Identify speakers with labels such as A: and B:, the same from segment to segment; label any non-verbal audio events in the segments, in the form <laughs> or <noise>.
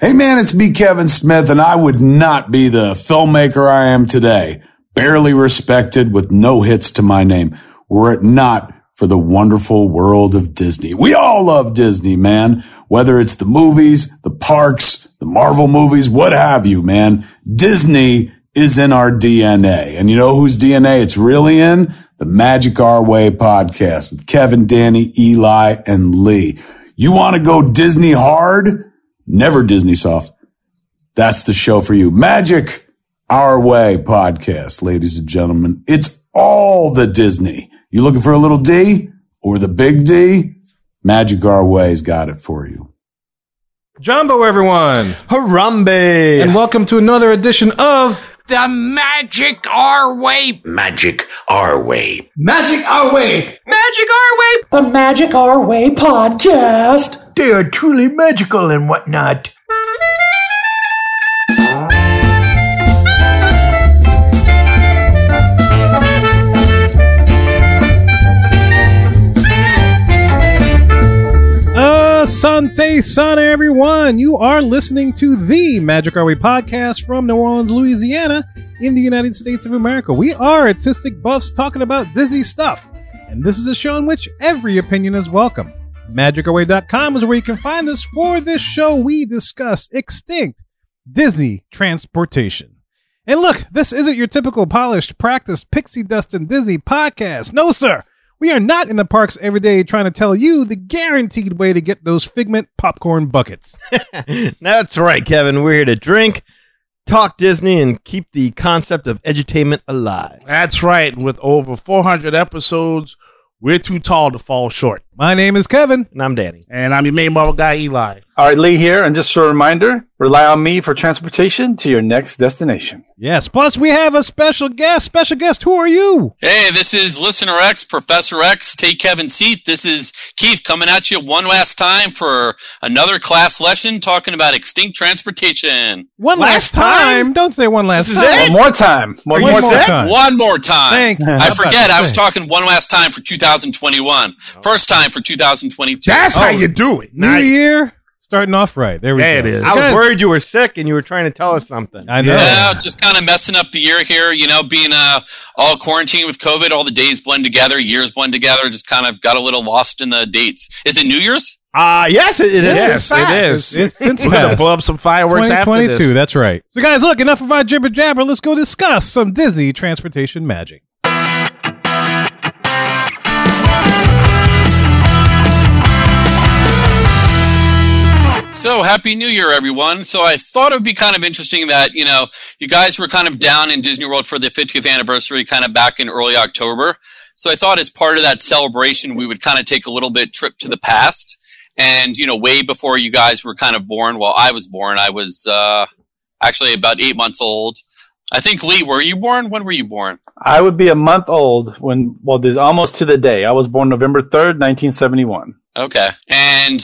A: Hey man, it's me, Kevin Smith, and I would not be the filmmaker I am today, barely respected with no hits to my name, were it not for the wonderful world of Disney. We all love Disney, man. Whether it's the movies, the parks, the Marvel movies, what have you, man. Disney is in our DNA. And you know whose DNA it's really in? The Magic Our Way podcast with Kevin, Danny, Eli, and Lee. You want to go Disney hard? Never Disney soft. That's the show for you. Magic Our Way podcast, ladies and gentlemen. It's all the Disney. You looking for a little D or the big D? Magic Our Way's got it for you.
B: Jumbo, everyone,
C: Harambe!
B: and welcome to another edition of
D: The magic our way.
E: Magic our way.
F: Magic our way.
D: Magic our way.
G: The Magic Our Way podcast.
F: They are truly magical and whatnot.
B: Asante Sana, everyone. You are listening to the Magic Our Way podcast from New Orleans, Louisiana, in the United States of America. We are artistic buffs talking about Disney stuff, and this is a show in which every opinion is welcome. MagicOurWay.com is where you can find us. For this show, we discuss extinct Disney transportation. And look, this isn't your typical polished, practiced, pixie dust and Disney podcast. No, sir. We are not in the parks every day trying to tell you the guaranteed way to get those figment popcorn buckets.
C: That's right, Kevin. We're here to drink, talk Disney, and keep the concept of edutainment alive.
H: That's right. With over 400 episodes, we're too tall to fall short.
B: My name is Kevin.
C: And I'm Danny.
H: And I'm your main Marvel guy, Eli.
I: All right, Lee here, and just for a reminder, rely on me for transportation to your next destination.
B: Yes, plus we have a special guest. Special guest, who are you?
J: Hey, this is Listener X, Professor X, Take Kevin Seat. This is Keith coming at you one last time for another class lesson talking about extinct transportation.
B: One last,
C: Last
B: time.
C: time?
B: Don't say one last
C: This is
B: time.
C: it?
I: One more time. One
B: One
I: more
B: more
I: time.
B: time.
J: One more time.
B: Thank you.
J: I forget, I was talking one last time for 2021. First time for 2022.
H: That's how you do it.
B: New
H: Nice.
B: year, starting off right. There we
H: There
B: go.
H: it is.
C: I was
B: Guys,
C: worried you were sick and you were trying to tell us something.
B: I know.
J: Yeah, just kind of messing up the year here, you know, being uh, all quarantined with COVID, all the days blend together, years blend together, just kind of got a little lost in the dates. Is it New Year's?
C: Ah, yes, it, it is.
H: Yes, it is.
B: It's since
H: We're gonna
B: past.
H: blow up some fireworks after
B: 2022,
H: this.
B: that's right. So, guys, look, enough of our jibber jabber. Let's go discuss some Disney transportation magic.
J: So happy new year, everyone. So I thought it would be kind of interesting that, you know, you guys were kind of down in Disney World for the 50th anniversary kind of back in early October. So I thought as part of that celebration, we would kind of take a little bit trip to the past. And, you know, way before you guys were kind of born, well, I was born, I was, uh, actually about eight months old. I think Lee, were you born? When were you born?
I: I would be a month old when, well, this almost to the day. I was born November 3rd, 1971.
J: Okay. And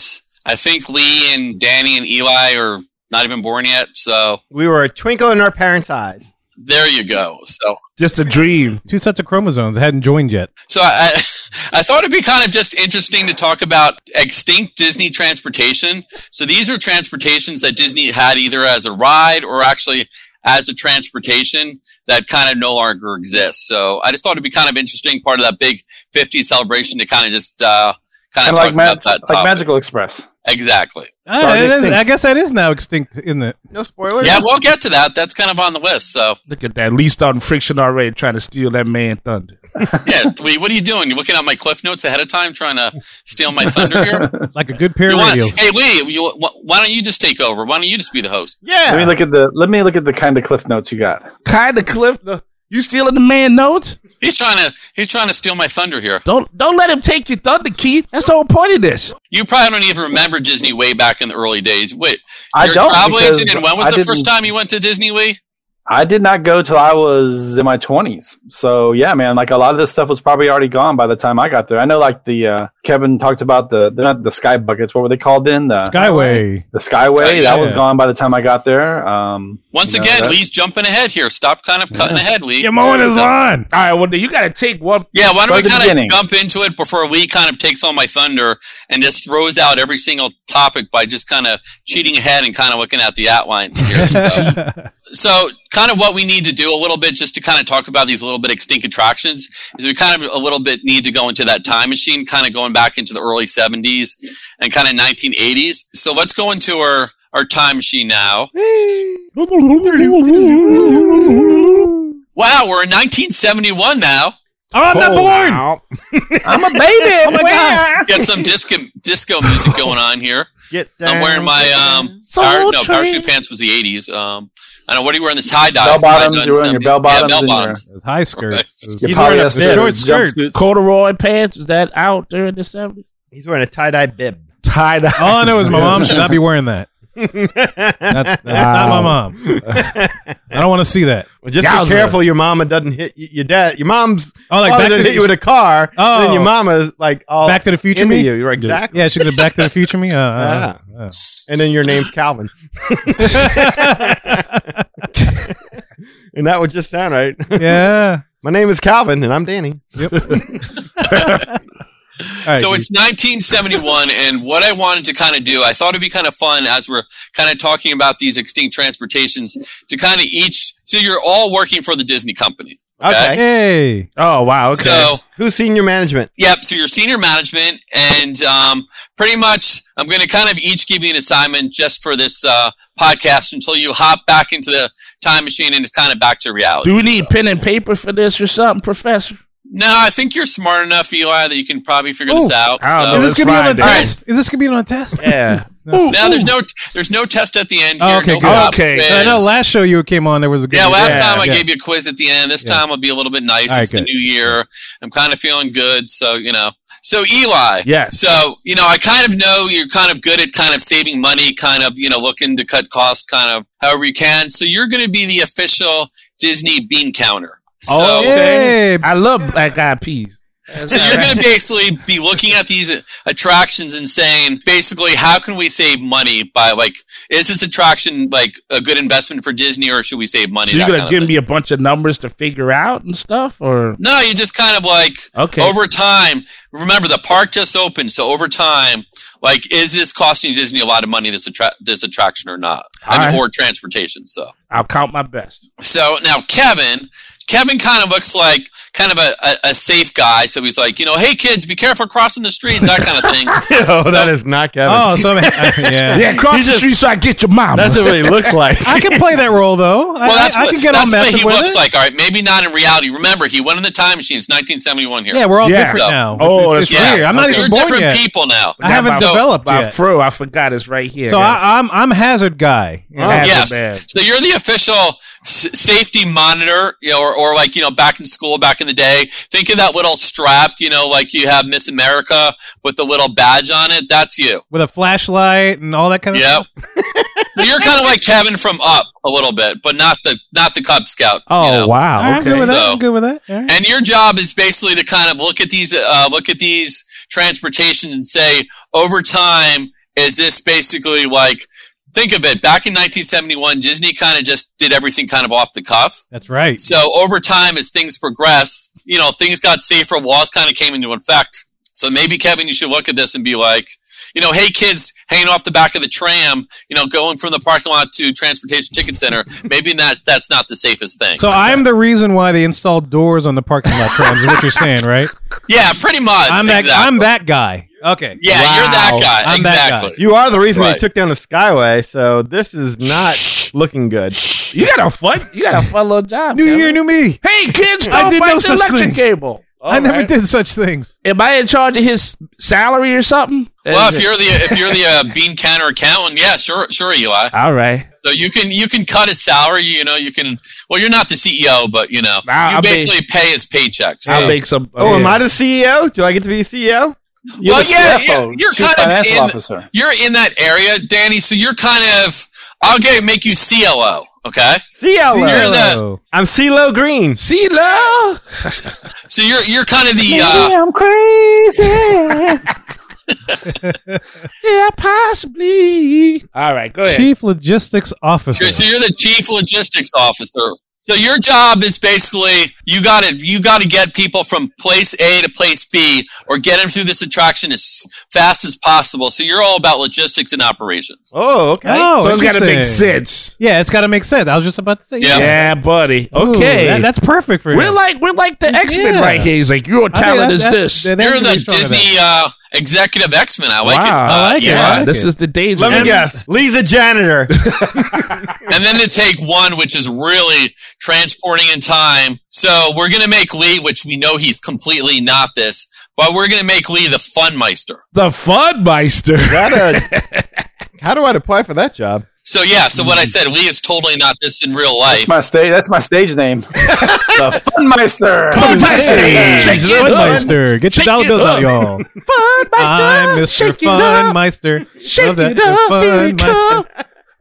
J: I think Lee and Danny and Eli are not even born yet. So
C: We were a twinkle in our parents' eyes.
J: there you go. So
H: Just a dream.
B: Two sets of chromosomes hadn't joined yet.
J: So I, I- <laughs> I thought it'd be kind of just interesting to talk about extinct Disney transportation. So these are transportations that Disney had either as a ride or actually as a transportation that kind of no longer exists. So I just thought it'd be kind of interesting part of that big 50 celebration to kind of just uh, kind
I: Kind
J: of
I: of like,
J: talk
I: mag-
J: about that.
I: like
J: topic.
I: Magical Express.
J: Exactly.
B: Ah,
I: Started
B: it is,
I: extinct.
B: I guess that is now extinct, isn't it?
C: No spoilers.
J: Yeah, we'll get to that. That's kind of on the list.
I: <laughs>
J: So
H: Look at that. Lee starting friction already, trying to steal that man thunder.
J: yeah, Lee, what are you doing? You looking at my cliff notes ahead of time, trying to steal my
I: <laughs>
J: thunder here?
B: Like a good pair
J: You
B: of
J: want-
B: radials.
J: hey, Lee, you, wh- why don't you just take over? Why don't you just be the host?
C: Yeah.
I: Let me look at the let me look at the kind of cliff notes you got.
H: Kind of cliff. the- You stealing the man notes?
J: He's trying to he's trying to steal my thunder here.
H: Don't don't let him take your thunder, Keith. That's the whole point of this.
J: You probably don't even remember Disney way back in the early days. Wait,
I: I
J: you're a
I: don't
J: travel
I: because
J: agent, and when was
I: I
J: the first
I: didn't-
J: time you went to Disney? Lee?
I: I did not go till I was in my twenties. So yeah, man, like a lot of this stuff was probably already gone by the time I got there. I know, like the uh, Kevin talked about the they're not the sky buckets. What were they called then? The
B: Skyway.
I: the Skyway
J: Right,
I: that was
B: yeah.
I: gone by the time I got there. Um,
J: Once
I: you know,
J: again,
I: that-
J: Lee's jumping ahead here. Stop kind of cutting ahead, Lee.
B: Your moment is on.
H: All right, well, then you got to take one.
J: Yeah, why
I: Start
J: don't we
I: the
J: kind
I: beginning.
J: of jump into it before Lee kind of takes all my thunder and just throws out every single topic by just kind of cheating ahead and kind of looking at the outline here. so kind of what we need to do a little bit just to kind of talk about these little bit extinct attractions is we kind of a little bit need to go into that time machine kind of going back into the early 70s and kind of 1980s so let's go into our our time machine now wow we're in 1971 now
B: I'm not born.
H: Wow.
C: I'm a baby.
H: Oh my God.
J: got some disco disco music going on here
C: Get down.
J: i'm wearing my um
H: Soul
J: power, no
H: Train.
J: parachute pants was the 80s um I don't know what are you wearing this high dive.
I: Bell bottoms, you were in your
J: 70s.
I: bell
J: Yeah,
I: bottoms.
J: bell
I: and your-
J: bottoms.
B: High skirts.
I: Your
C: He's wearing a
I: polyester
B: short
I: jumpsuits.
B: skirts.
H: Corduroy pants, was that out during the 70s?
C: He's wearing a tie dye bib.
H: Tie dye.
B: All I know is my mom should not be wearing that.
C: <laughs>
B: That's, that's not my
H: Wow.
B: mom. I don't want to see that.
C: Well, just
H: Yowza.
C: be careful your mama doesn't hit y- your dad. Your mom's
B: Oh, like
C: father
B: Back to
C: didn't
B: the-
C: hit you with a car.
B: Oh.
C: And then your mama's like all
B: Back to the Future
C: into
B: me?
C: you. You're exactly.
B: Yeah, she could have Back to the Future me. Uh, uh, uh.
C: And then your name's Calvin. <laughs> and that would just sound right.
B: Yeah.
C: My name is Calvin and I'm Danny.
B: All right,
J: so
B: dude.
J: it's 1971, and what I wanted to kind of do, I thought it'd be kind of fun as we're kind of talking about these extinct transportations to kind of each. So you're all working for the Disney company.
C: Okay.
B: hey.
H: Oh, wow. Okay.
J: So
C: Who's senior management?
J: Yep. So your senior management, and um, pretty much, I'm going to kind of each give you an assignment just for this uh, podcast until you hop back into the time machine and it's kind of back to reality.
E: Do we need pen and paper for this or something, Professor?
J: No, I think you're smart enough, Eli, that you can probably figure this
B: Ooh.
J: out.
H: I don't
J: So.
H: know.
B: Is
H: Oh,
B: this
H: it's
B: gonna be on a
H: Friday.
B: test? Is this gonna be on a test?
H: yeah.
J: No, there's no there's no test at the end
B: Oh,
J: here.
B: okay,
J: no
B: good.
J: pop
H: Okay.
J: quiz.
B: I know last show you came on there was a good
J: yeah, last
H: yeah,
J: time I
B: yeah.
J: gave you a quiz at the end. This
B: Yeah.
J: time I'll be a little bit nice.
B: All right,
J: it's
B: good.
J: the new year. I'm kind of feeling good, so you know. So Eli,
H: Yes.
J: so you know, I kind of know you're kind of good at kind of saving money, kind of you know looking to cut costs, kind of however you can. So you're going to be the official Disney bean counter. So,
H: Oh,
B: Hey,
H: I love black eyed peas.
J: so you're going to basically be looking at these attractions and saying, basically, how can we save money by like, is this attraction like a good investment for Disney, or should we save money?
E: So you're
J: That
E: gonna
J: kind of
E: give
J: thing.
E: me a bunch of numbers to figure out and stuff, or
J: No, you just kind of like
E: okay?
J: over time. Remember, the park just opened, so over time, like, is this costing Disney a lot of money? This attra- this attraction or not? I mean,
E: Alright.
J: or transportation. So,
E: I'll count my best.
J: so now Kevin, Kevin kind of looks like kind of a, a, a safe guy. So he's like, you know, hey kids, be careful crossing the streets, that kind
E: <laughs>
J: of thing.
C: <laughs> oh, that is not
B: <laughs>
C: Kevin.
B: oh, so
H: <laughs>
B: yeah.
E: Yeah, cross the street so I get your mom.
C: That's what he <laughs> looks like.
B: I can play that role though. I,
J: Well, that's
B: I, I
J: what,
B: can get on
J: that's what
B: method
J: he
B: with
J: looks
B: it.
J: like. All right, maybe not in reality. Remember, he went in the time machine. It's 1971 here.
B: Yeah, we're all
E: Yeah.
B: different now.
E: Oh,
B: It's- it's
J: that's right.
B: weird. I'm not
J: We're
B: even born
J: different
B: yet.
J: people now.
B: I haven't
E: My-
B: developed
E: my
B: yet.
E: fro. I forgot it's right here.
B: So I, I'm I'm hazard guy.
E: Yeah, that's a
J: yes.
E: man.
J: So you're the official s- safety monitor, you know, or, or like, you know, back in school, back in the day, think of that little strap, you know, like you have Miss America with the little badge on it.
B: <laughs>
J: That's you.
B: with a flashlight and all that kind of
J: Yep.
B: stuff.
J: so you're kind of like Kevin from Up a little bit, but not the, not the Cub Scout.
E: Oh
J: you know?
B: All right,
E: wow.
B: I'm good
E: Okay.
B: with that.
J: So-
B: I'm good with that. All right.
J: And your job is basically to kind of look at these, uh, look at these transportations and say, over time, is this basically like, think of it, back in 1971, Disney kind of just did everything kind of off the cuff.
B: That's right.
J: So over time, as things progress, you know, things got safer, laws kind of came into effect. So maybe Kevin, you should look at this and be like, you know, hey kids, hanging off the back of the tram, you know, going from the parking lot to transportation ticket center. Maybe that's that's not the safest thing.
B: So I'm the reason why they installed doors on the parking lot trams. is what you're saying, right?
J: yeah, pretty much.
B: I'm that
J: exactly.
B: I'm that guy. Okay.
J: Yeah, you're that
B: Wow.
J: guy.
B: I'm that
J: exactly.
C: You are the reason they
J: Right.
C: took down the Skyway, so this is not looking good.
E: You got a fun. You got a fun little job.
B: New
E: Kevin.
B: year, new me.
E: Hey kids,
B: I
E: don't
B: did no
E: bite the
B: such
E: electric
B: thing.
E: cable.
B: I
E: All
B: never
E: right.
B: did such things.
E: Am I in charge of his salary or something?
J: Well,
E: Is
J: if
E: it-
J: you're the if you're the uh, bean counter accountant, yeah, sure, sure you are.
E: all right,
J: So you can you can cut his salary. You know, you can. Well, you're not the CEO, but you know,
E: Nah,
J: you
E: I mean-
J: basically pay his paycheck. So.
E: I'll make some.
C: Oh, am I the
E: E
C: CEO?
B: E
C: Do I get to be E CEO?
I: You're
J: Well,
I: the
J: yeah,
I: CFO,
J: yeah, you're
I: Chief
J: kind of
I: Financial
J: in-
I: Officer.
J: you're in that area, Danny. So you're kind of I'll get make you CLO. Okay.
B: E
C: CeeLo.
J: You're the,
B: Oh,
C: I'm CeeLo Green.
E: See, now?
J: so you're you're kind of the uh,
G: I'm crazy.
E: yeah, possibly. All right, go ahead.
B: Chief Logistics
J: Sure, so
B: Officer.
J: you're E the chief logistics officer. So your job is basically you got to you got to get people from place A to place B or get them through this attraction as fast as possible. So you're all about logistics and operations.
C: Oh, okay.
B: Oh,
E: so it's got to make
B: interesting.
E: sense.
B: Yeah, it's got to make sense. I was just about to say.
J: Yeah.
E: Yeah, buddy.
B: Ooh,
E: Okay.
B: that- that's perfect for
E: we're
B: him.
E: like we're like the X Men
B: Yeah.
E: right here. He's like, your
B: I think
E: talent
B: that-
E: is
B: that's-
E: this.
B: that-
J: You're
B: that's
J: the
B: really strong about
J: Disney uh, executive X Men. I like it.
E: Wow, I
J: Uh,
B: like it.
J: yeah.
E: Yeah,
B: like
E: this
B: it.
E: is the danger.
C: Let me guess. Lee's a janitor.
J: And then to take one, which is really transporting in time. So we're gonna make Lee, which we know he's completely not this, but we're gonna make Lee the fun meister.
E: The Funmeister.
C: That,
J: <laughs>
C: uh, how do I apply for that job?
J: So yeah. So what I said, Lee is totally not this in real life.
I: That's my stage. That's my stage name. the Funmeister.
E: Funmeister. Shake it up.
B: Funmeister. Get your
E: Shake
B: dollar
E: it
B: bills
E: up.
B: out, y'all. I'm Mr.
E: Shake it up.
B: Funmeister.
E: Shake
B: Love that.
E: it up.
B: The
E: Here it
B: Funmeister.
E: come.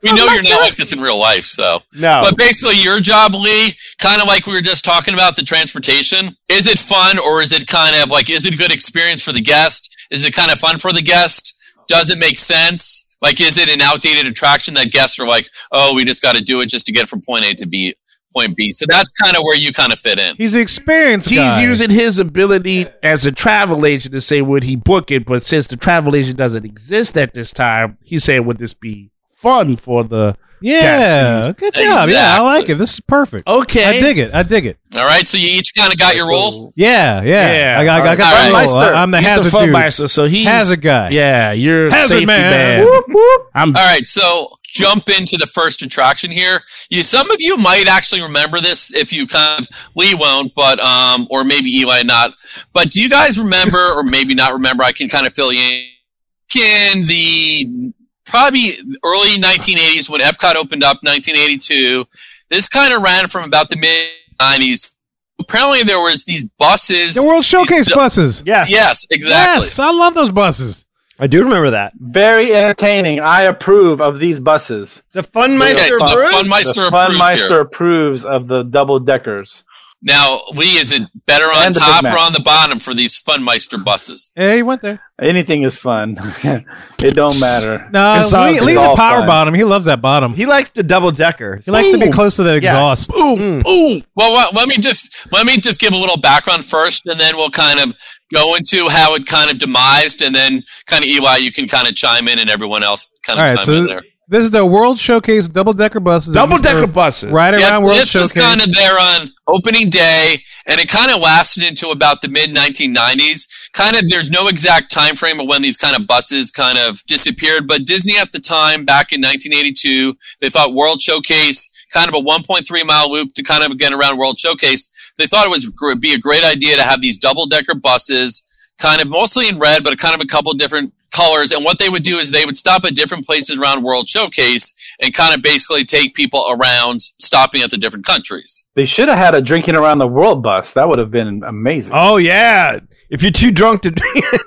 J: We know you're not like this in real life, so.
C: No.
J: But basically, your job, Lee, kind of like we were just talking about the transportation. Is it fun, or is it kind of like is it a good experience for the guest? Is it kind of fun for the guest? Does it make sense? Like, is it an outdated attraction that guests are like, oh, we just got to do it just to get from point A to B, point B? So that's kind of where you kind of fit in.
B: He's the experience
E: He's
B: guy.
E: using his ability as a travel agent to say would he book it, but since the travel agent doesn't exist at this time, he's saying would this be fun for the
B: Yeah, good job. Yeah, I like it. This is perfect.
E: okay?
B: I dig it. I dig it.
J: All right, so you each kind of got your roles.
B: Yeah, yeah.
E: Yeah.
B: I got, I got
J: All
B: the
J: right.
B: role. I- I'm the
E: he's
B: hazard
E: the fun
B: dude.
E: meister, so he's
B: hazard guy.
E: Yeah, you're
B: Hazard
E: safety
B: man.
E: man. I'm
J: All right, so jump into the first attraction here. You, some of you might actually remember this if you kind of Lee won't, but um, or maybe Eli not. But do you guys remember, or maybe not remember? I can kind of fill you in. In the probably early 1980s when Epcot opened up, 1982, this kind of ran from about the mid 90s. Apparently, there was these buses.
B: The World Showcase
J: He's-
B: buses.
C: Yes.
J: Yes, exactly.
B: Yes, I love those buses.
C: I do remember that.
I: Very entertaining. I approve of these buses.
C: The Fun
J: Okay,
C: Meister
J: so the
C: Bruce?
J: Funmeister
I: the
J: approved here.
I: Funmeister approves of the double deckers.
J: Now, Lee, is it better on
I: And the Big
J: top or
I: Macs.
J: on the bottom for these Funmeister buses?
B: Hey, he went there.
I: Anything is fun. <laughs> it don't matter.
B: No,
I: It's all-
B: Lee,
I: it's
B: Lee's a
I: all
B: power
I: fun.
B: bottom. He loves that bottom. He,
C: He likes the double decker.
B: likes to be close to that exhaust.
E: boom, boom.
J: Well, well, let me just let me just give a little background first, and then we'll kind of go into how it kind of demised, and then kind of Eli, you can kind of chime in, and everyone else kind
B: All
J: of
B: right,
J: chime
B: so
J: in there.
B: This is the World Showcase double decker buses.
E: Double
B: These are
E: decker buses.
B: Right around
J: Yeah,
B: World
J: this was
B: Showcase.
J: kind of there on opening day, and it kind of lasted into about the mid 1990s. Kind of, there's no exact time frame of when these kind of buses kind of disappeared, but Disney at the time, back in 1982, they thought World Showcase, kind of a 1.3 mile loop to kind of get around World Showcase. They thought it was gr- be a great idea to have these double decker buses, kind of mostly in red, but kind of a couple different colors. And what they would do is they would stop at different places around World Showcase and kind of basically take people around stopping at the different countries.
I: They should have had a drinking around the world bus. That would have been amazing.
C: Oh, yeah. If you're too drunk to, <laughs> to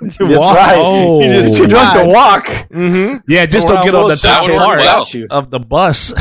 I: That's
C: walk,
I: right. <laughs>
E: Oh.
C: you just
I: Too drunk to walk.
C: Mm-hmm.
E: Yeah, just don't
I: Around
E: get on the
I: Wilson.
E: top
J: That would work
E: part
J: well.
E: of the bus.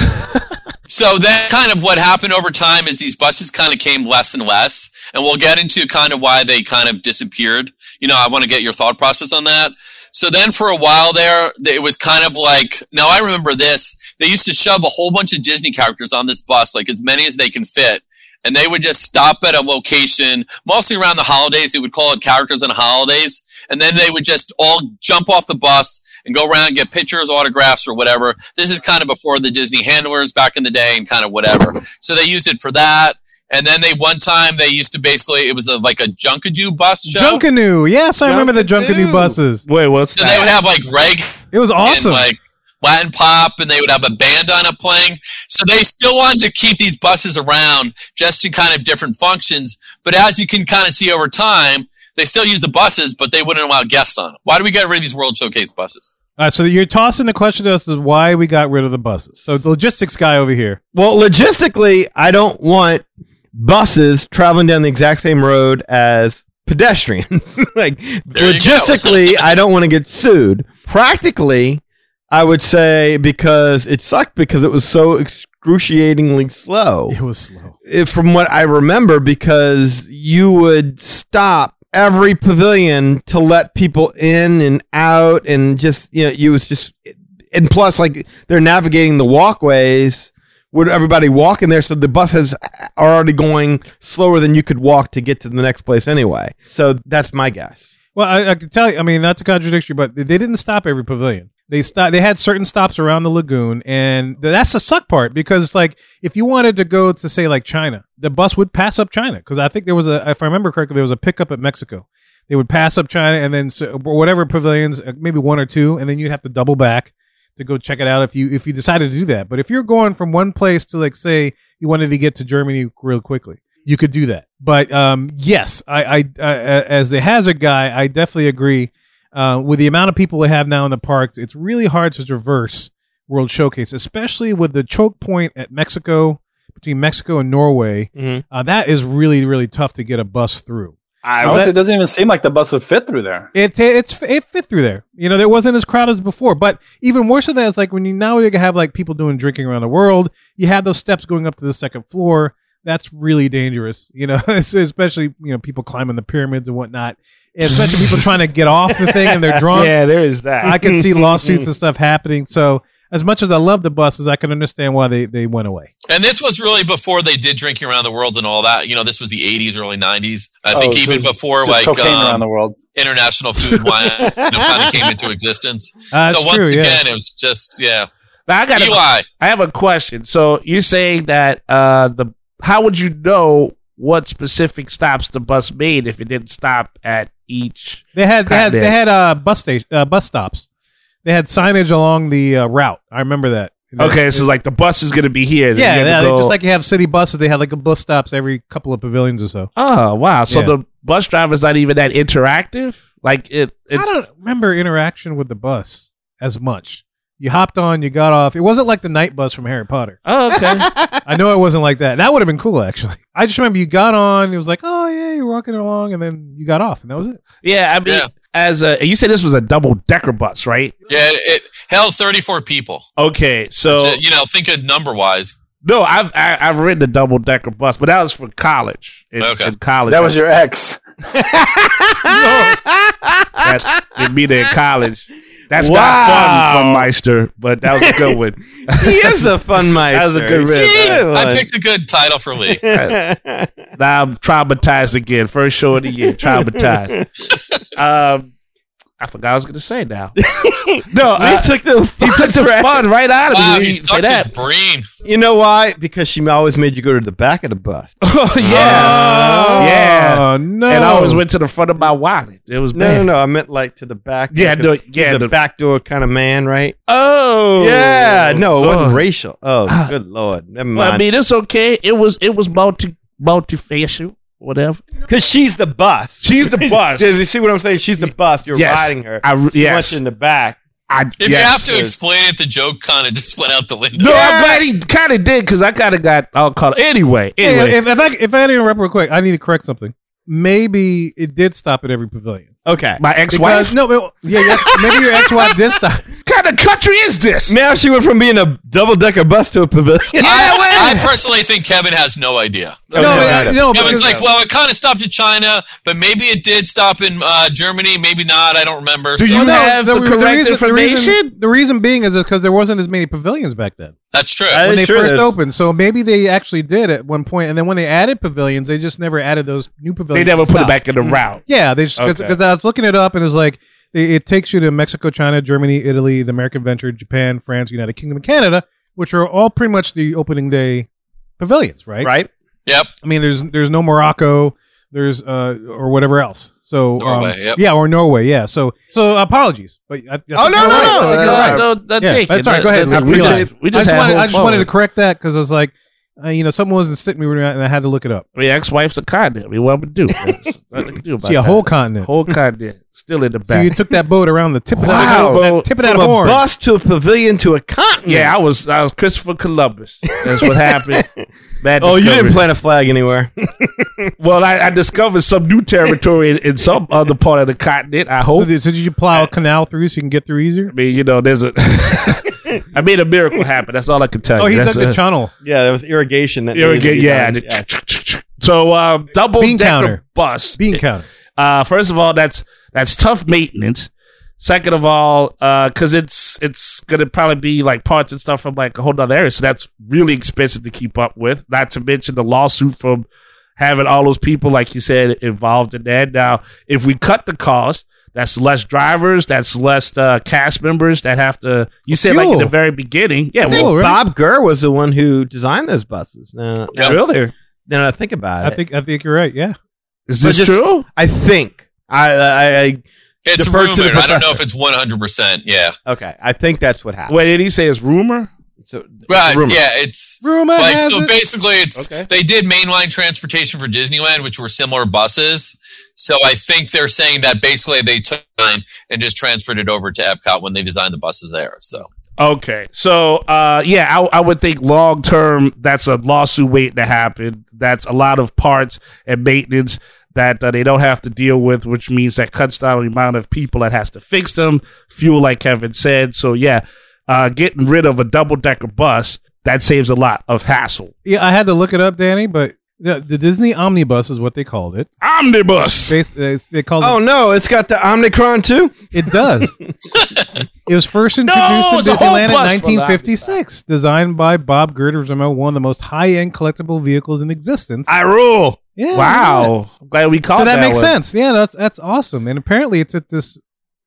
J: So then kind of what happened over time is these buses kind of came less and less. And we'll get into kind of why they kind of disappeared. You know, I want to get your thought process on that. So then for a while there, th- it was kind of like, now I remember this. They used to shove a whole bunch of Disney characters on this bus, like as many as they can fit. And they would just stop at a location, mostly around the holidays. They would call it characters on holidays. And then they would just all jump off the bus and go around and get pictures, autographs, or whatever. This is kind of before the Disney handlers back in the day and kind of whatever. So they used it for that. And then they one time they used to basically it was a, like a Junkadoo bus show.
B: Junkanoo. Yes, I remember the Junkanoo
C: Junkanoo.
B: buses.
E: Wait, what's
J: so they would
E: that?
J: have like reg
B: It was awesome.
J: and like Latin pop, and they would have a band on it playing. So they still wanted to keep these buses around just in kind of different functions. But as you can kind of see over time, they still use the buses, but they wouldn't allow guests on. 'em. Why do we get rid of these World Showcase buses?
B: All right, so you're tossing the question to us is why we got rid of the buses. So the logistics guy over here.
C: Well, logistically, I don't want buses traveling down the exact same road as pedestrians. <laughs> like
J: you go.
C: logistically, <laughs> I don't want to get sued. Practically, I would say because it sucked because it was so excruciatingly slow.
B: It was slow.
C: If- from what I remember, because you would stop every pavilion to let people in and out, and just you know, you was just, and plus, like they're navigating the walkways. Would everybody walk in there? So the buses are already going slower than you could walk to get to the next place anyway. So that's my guess.
B: Well, I, I can tell you. I mean, not to contradict you, but they didn't stop every pavilion. They stopped. They had certain stops around the lagoon, and th- that's the suck part because it's like if you wanted to go to say like China, the bus would pass up China because I think there was a, if I remember correctly, there was a pickup at Mexico. They would pass up China and then so, or whatever pavilions, uh, maybe one or two, and then you'd have to double back to go check it out if you if you decided to do that. But if you're going from one place to like say you wanted to get to Germany real quickly, you could do that. But um, yes, I, I, I as the hazard guy, I definitely agree uh, with the amount of people they have now in the parks. It's really hard to traverse World Showcase, especially with the choke point at Mexico between Mexico and Norway.
C: Mhm.
B: Uh, that is really really tough to get a bus through.
I: I Honestly, it doesn't even seem like the bus would fit through there.
B: It it's it fit through there. You know, there wasn't as crowded as before. But even worse than that, it's like when you now you have like people doing drinking around the world. You have those steps going up to the second floor. That's really dangerous. You know, <laughs> especially you know people climbing the pyramids and whatnot. Especially people trying to get off the thing
E: <laughs>
B: and they're drunk.
E: yeah, there is that.
B: I
E: <laughs>
B: can see lawsuits and stuff happening. So as much as I love the buses, I can understand why they they went away.
J: And this was really before they did drinking around the world and all that. You know, this was the 80s, early 90s. I think
I: Oh,
J: even
I: just-
J: before
I: just
J: like
I: cocaine around
J: um,
I: the world.
J: international food and wine you know, kind of came
B: <laughs>
J: into existence.
B: Uh,
J: so
B: it's
J: once
B: true, yeah.
J: again, it was just yeah.
E: Now, I got a-
J: Eli,
E: I have a question. So you're saying that uh the how would you know what specific stops the bus made if it didn't stop at each?
B: They had they had,
E: Goddamn.
B: they had uh, bus station uh, bus stops. They had signage along the uh, route. I remember that.
E: Okay, so like the bus is gonna be here. then you
B: Yeah,
E: have to
B: yeah they-
E: go-
B: just like you have city buses, they have like a bus stops every couple of pavilions or so.
E: oh wow. So
B: Yeah.
E: the bus driver's not even that interactive. Like it. It's
B: I don't remember interaction with the bus as much. You hopped on, you got off. It wasn't like the night bus from Harry Potter.
E: oh, okay.
B: <laughs> I know it wasn't like that. That would have been cool actually. I just remember you got on, it was like, oh yeah, you're walking along, and then you got off, and that was it.
E: yeah, I mean,
J: Yeah.
E: as a you said, this was a double decker bus, right?
J: yeah, it, it held 34 people.
E: Okay, so
J: Ju- you know, think of number wise.
E: no, I've I, I've ridden a double decker bus, but that was for college. In,
J: Okay.
E: in college,
I: That was your ex.
E: that did me there in college. That's
C: Wow.
E: not fun, fun Meister, but that was a good
C: <laughs>
E: one.
C: He is a <laughs> fun meister.
E: That was a good
C: He's
E: riff.
C: a good
J: I
C: one.
J: picked a good title for
E: <laughs>
J: Lee.
C: <laughs>
E: now I'm traumatized again. First show of the
C: <laughs>
E: year, traumatized. um, I forgot what I was going to
C: <laughs>
E: say now. no,
C: We
E: uh,
C: took the
E: he took the fun right out of me.
J: Wow,
E: when
J: he
E: you say
J: sucked his
E: that.
J: brain.
C: You know why? Because she always made you go to the back of the bus.
E: Oh, yeah, yeah.
B: Oh no.
E: And I always went to the front of my wallet. It was
C: No,
E: bad.
C: no, no. I meant like to the back.
E: Yeah,
C: like a-
E: no,
C: he's
E: yeah,
C: a
E: the-
C: backdoor kind of man, right?
E: Oh,
C: yeah, no, it
E: God.
C: wasn't racial. Oh, good lord, never
E: Well, I
C: mind.
E: mean, it's okay. It was it was multi multifacial, whatever.
C: Because she's the bus.
E: She's <laughs> the bus.
C: Does you see what I'm saying? She's the bus. You're
E: Yes.
C: riding her.
E: I,
C: She
E: yes.
C: wants you in the back.
E: I,
J: If you
E: yes.
J: have to explain it, the joke kind of just went out the window.
E: No, I'm glad he kind of did because I kind of got all caught. Anyway,
B: Hey,
E: anyway,
B: if, if I if I had to interrupt real quick, I need to correct something. Maybe it did stop at every pavilion.
C: Okay.
E: my
B: Because-
E: ex-wife.
B: No, but, yeah, yeah, maybe your ex-wife did
E: <laughs>
B: stop.
E: What kind of country is this?
C: Now she went from being a double decker bus to a pavilion. <laughs>
J: I, I personally think Kevin has no idea.
B: No, but-
C: right.
B: no,
J: Kevin's
B: because-
J: like, well, it kind of stopped at China, but maybe it did stop in uh, Germany, maybe not. I don't remember.
E: Do
J: so-
E: you
B: Well, no,
E: have the correct
B: The
E: information?
B: reason, the reason being is because there wasn't as many pavilions back then
J: That's true.
C: I-
B: when they
C: sure
B: first
C: there's-
B: opened. So maybe they actually did at one point, and then when they added pavilions, they just never added those new
E: They
B: pavilions.
E: never
B: to
E: put it
B: stop. Mm.
E: back in the route.
B: Yeah, they just because
E: Okay.
B: I was looking it up and it was like it, it takes you to Mexico, China, Germany, Italy, the American Venture, Japan, France, United Kingdom, and Canada, which are all pretty much the opening day pavilions, right?
C: Right?
J: yep.
B: I mean, there's there's no Morocco, there's uh or whatever else. So um,
J: Norway, yep.
B: yeah, or Norway, yeah. So so apologies, but I, I think
E: Oh,
C: no,
B: you're
C: no,
B: right.
C: no,
B: I think you're
C: uh,
B: right.
E: So, uh,
B: Yeah,
E: take
B: that's
E: it.
B: all right. Go ahead,
E: Let-
B: Lee.
E: We
B: Realize.
E: just, we
B: I
E: just,
B: just,
E: had
B: wanted,
E: whole
B: I just wanted to
E: fun.
B: correct that because I was like, uh, you know, someone wasn't sitting me and I had to look it up.
E: My ex-wife's a continent. I mean, what I'm gonna
B: <laughs>
E: do? Nothing I can do about
B: See, a
E: that.
B: whole continent.
E: whole continent still in the
B: so you
E: uh, back.
B: took that boat around the tip of
C: Wow.
B: that, that tip of that
C: From a
B: horn.
C: bus to a pavilion to a
B: <laughs>
C: continent.
E: yeah, I was I was Christopher Columbus. That's what happened. Bad
C: oh, you
E: discovery.
C: didn't plant a flag anywhere.
E: Well, I, I discovered some new territory in, in some other part of the continent. I
B: So
E: hope.
B: did, so did you plow a canal through so you can get through easier?
E: I mean, you know, there's a. <laughs> I made a miracle happen. That's all I can tell you.
B: Oh, he
E: That's
B: dug
E: a-
B: a channel.
C: yeah, there was irrigation. That needed to
E: irrigate.
C: be
E: Yeah.
C: done.
E: So um, double
B: Bean
E: decker
B: counter.
E: bus.
B: Bean counter.
E: Uh, first of all, that's that's tough maintenance. Second of all, because it's it's gonna probably be like parts and stuff from like a whole other area, so that's really expensive to keep up with. Not to mention the lawsuit from having all those people, like you said, involved in that. Now, if we cut the cost, that's less drivers, that's less uh, cast members that have to. You said like in the
B: Fuel.
E: very beginning, yeah.
C: I think
E: Well,
B: really?
C: Bob Gurr was the one who designed those buses. Now, now-
E: Really?
C: now that I think about
B: I
C: it,
B: think I think you're right. Yeah.
E: is
C: But
E: this
C: just-
E: true?
C: I think I, I,
J: It's
C: Defer to the
J: rumored. I don't know if
C: professor.
J: it's 100%. Yeah.
C: I okay. I think that's what happened.
E: Wait, did he say it's rumor?
C: So
J: Right.
E: Rumor.
J: Yeah. It's
B: Rumor
J: like,
B: has
J: so
B: it.
J: basically, it's
C: Okay.
J: they did mainline transportation for Disneyland, which were similar buses. So I think they're saying that basically they took mine and just transferred it over to Epcot when they designed the buses there. So
E: Okay, so uh, yeah, I, I would think long term that's a lawsuit waiting to happen. That's a lot of parts and maintenance that uh, they don't have to deal with, which means that cuts down the amount of people that has to fix them. Fuel, like Kevin said, so yeah, uh, getting rid of a double decker bus that saves a lot of hassle.
B: Yeah, I had to look it up, Danny, but the, the Disney Omnibus is what they called it.
E: Omnibus.
B: They, they, they called
C: oh no, it's got the Omnicron too.
B: it. It does. it was first introduced
E: No,
B: in
E: it's a whole
B: Disneyland in
E: bus for the
B: 1956, designed by Bob Gurd, who's remember one of the most high-end collectible vehehicles in existence.
E: I rule.
B: yeah, yeah.
E: wow, I'm glad we caught
B: So that, makes
E: one.
B: sense. Yeah, that's that's awesome. And apparently, it's at this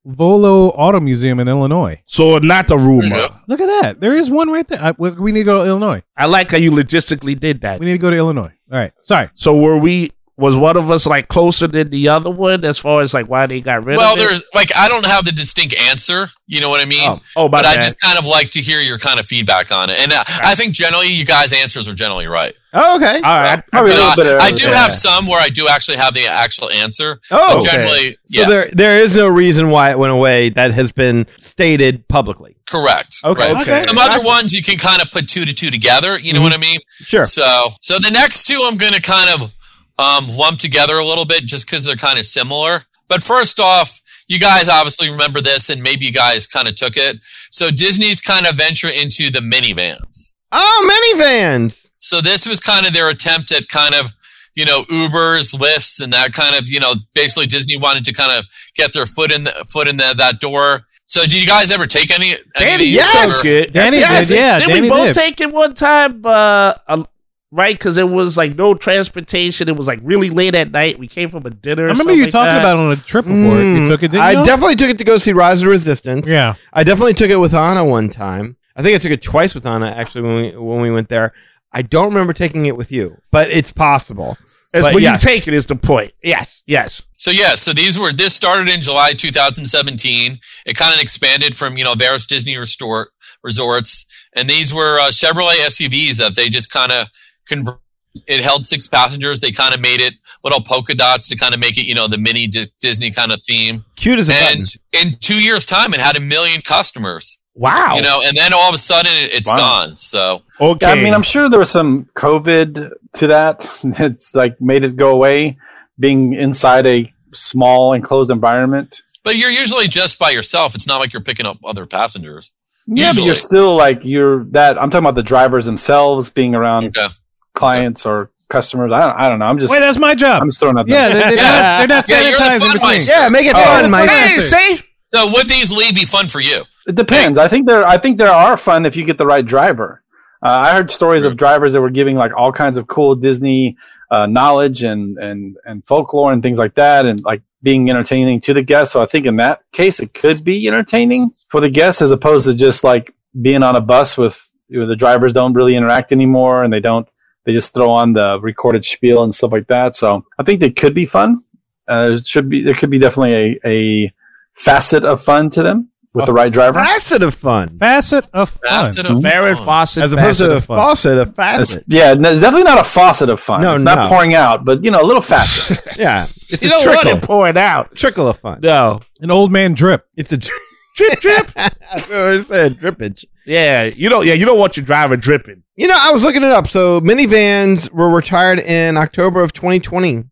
B: Volo Auto Museum in Illinois.
E: So not the rumor.
J: Yeah.
B: Look at that. There is one right there. I, we we need to go to Illinois.
E: I like how you logistically did that.
B: We need to go to Illinois. All right. Sorry.
E: So were we? Was one of us like closer than the other one as far as like why they got rid
J: well,
E: of it?
J: there's like I don't have the distinct answer. You know what I mean?
E: oh, oh, my
J: but I
E: bad.
J: just kind of like to hear your kind of feedback on it, and uh, I think generally you guys' answers are generally right.
C: Oh, okay.
E: All right.
J: You
F: Probably a
J: know,
F: little bit of
J: I, I do
F: everything.
J: have some where I do actually have the actual answer.
C: Oh,
J: but generally,
C: so
J: yeah,
C: there there is no reason why it went away that has been stated publicly.
J: correct.
C: Okay.
J: right.
C: Okay.
J: Some other ones you can kind of put two to two together. You know what I mean?
C: Sure.
J: So, so the next two I'm going to kind of um, lump together a little bit just because they're kind of similar. But first off, you guys obviously remember this, and maybe you guys kind of took it. So Disney's kind of venture into the minivans.
C: Oh, minivans.
J: So this was kind of their attempt at kind of you know Ubers, Lyfts, and that kind of you know basically Disney wanted to kind of get their foot in the foot in the, that door. So did you guys ever take any? any of
E: Danny,
J: these,
E: yes,
J: or-
B: Danny
E: yes.
B: did, yeah,
E: Did
B: Danny
E: we
B: did.
E: both take it one time? Uh, uh right, because it was like no transportation. It was like really late at night. We came from a dinner.
B: I remember you talking about it on a trip before.
C: Mm.
B: You took it, didn't
C: I
B: you?
C: definitely took it to go see Rise of the Resistance.
B: yeah.
C: I definitely took it with Anna one time. I think I took it twice with Anna actually when we when we went there. I don't remember taking it with you, but it's possible.
E: It's
C: but
E: when
C: yes.
E: you take it is the point. Yes, yes.
J: So yeah, so these were this started in July 2017. It kind of expanded from you know various Disney restor resorts, and these were uh, Chevrolet SUVs that they just kind of converted. It held six passengers. They kind of made it little polka dots to kind of make it you know the mini Dis- Disney kind of theme.
C: Cute as a button.
J: And in two years' time, it had a million customers.
E: Wow.
J: You know, and then all of a sudden it, it's
F: Wow.
J: gone. So
E: okay.
I: Yeah, I mean, I'm sure there was some COVID to that. <laughs> It's like made it go away, being inside a small enclosed environment.
J: but you're usually just by yourself. It's not like you're picking up other passengers.
I: Yeah, but
J: Usually.
I: you're still like you're that. I'm talking about the drivers themselves being around
J: Okay.
I: clients or customers. I don't, I don't know. I'm just
B: Wait, that's my job.
I: I'm just throwing out.
B: yeah, they, are
J: Yeah.
B: not,
J: Yeah,
B: they're
J: you're the
B: not sanitized
J: fun
B: in between.
J: mice.
C: yeah, make it
I: Oh.
C: fun, Mike.
E: hey, see?
J: So would these Lee be fun for you?
I: It depends. I think there. I think there are fun if you get the right driver. Uh, I heard stories of drivers that were giving like all kinds of cool Disney uh, knowledge and and and folklore and things like that, and like being entertaining to the guests. So I think in that case, it could be entertaining for the guests as opposed to just like being on a bus with you know, the drivers don't really interact anymore, and they don't. They just throw on the recorded spiel and stuff like that. So I think they could be fun. Uh, it should be. There could be definitely a a facet of fun to them with the right driver.
C: Facet of fun.
B: Facet of fun.
J: Facet of
E: Baron
J: fun.
E: Fawcett.
C: As opposed
E: facet
C: to a
E: of fun.
C: faucet, a
I: It's-
C: facet.
I: yeah, no, it's definitely not a faucet of fun.
C: No,
I: it's
C: no.
I: not pouring out, but you know, a little faster.
C: <laughs>
B: Ah,
E: <laughs>
C: Yeah. It's
E: you
C: a
E: don't want
C: trickle.
E: it pouring out.
C: trickle of fun.
E: No.
B: An old man drip.
C: It's a tr-
E: <laughs> drip, drip.
C: <laughs> That's what I said, drippage.
E: Yeah, you don't. Yeah, you don't want your driver dripping.
C: You know, I was looking it up. So minivans were retired in October of 2020.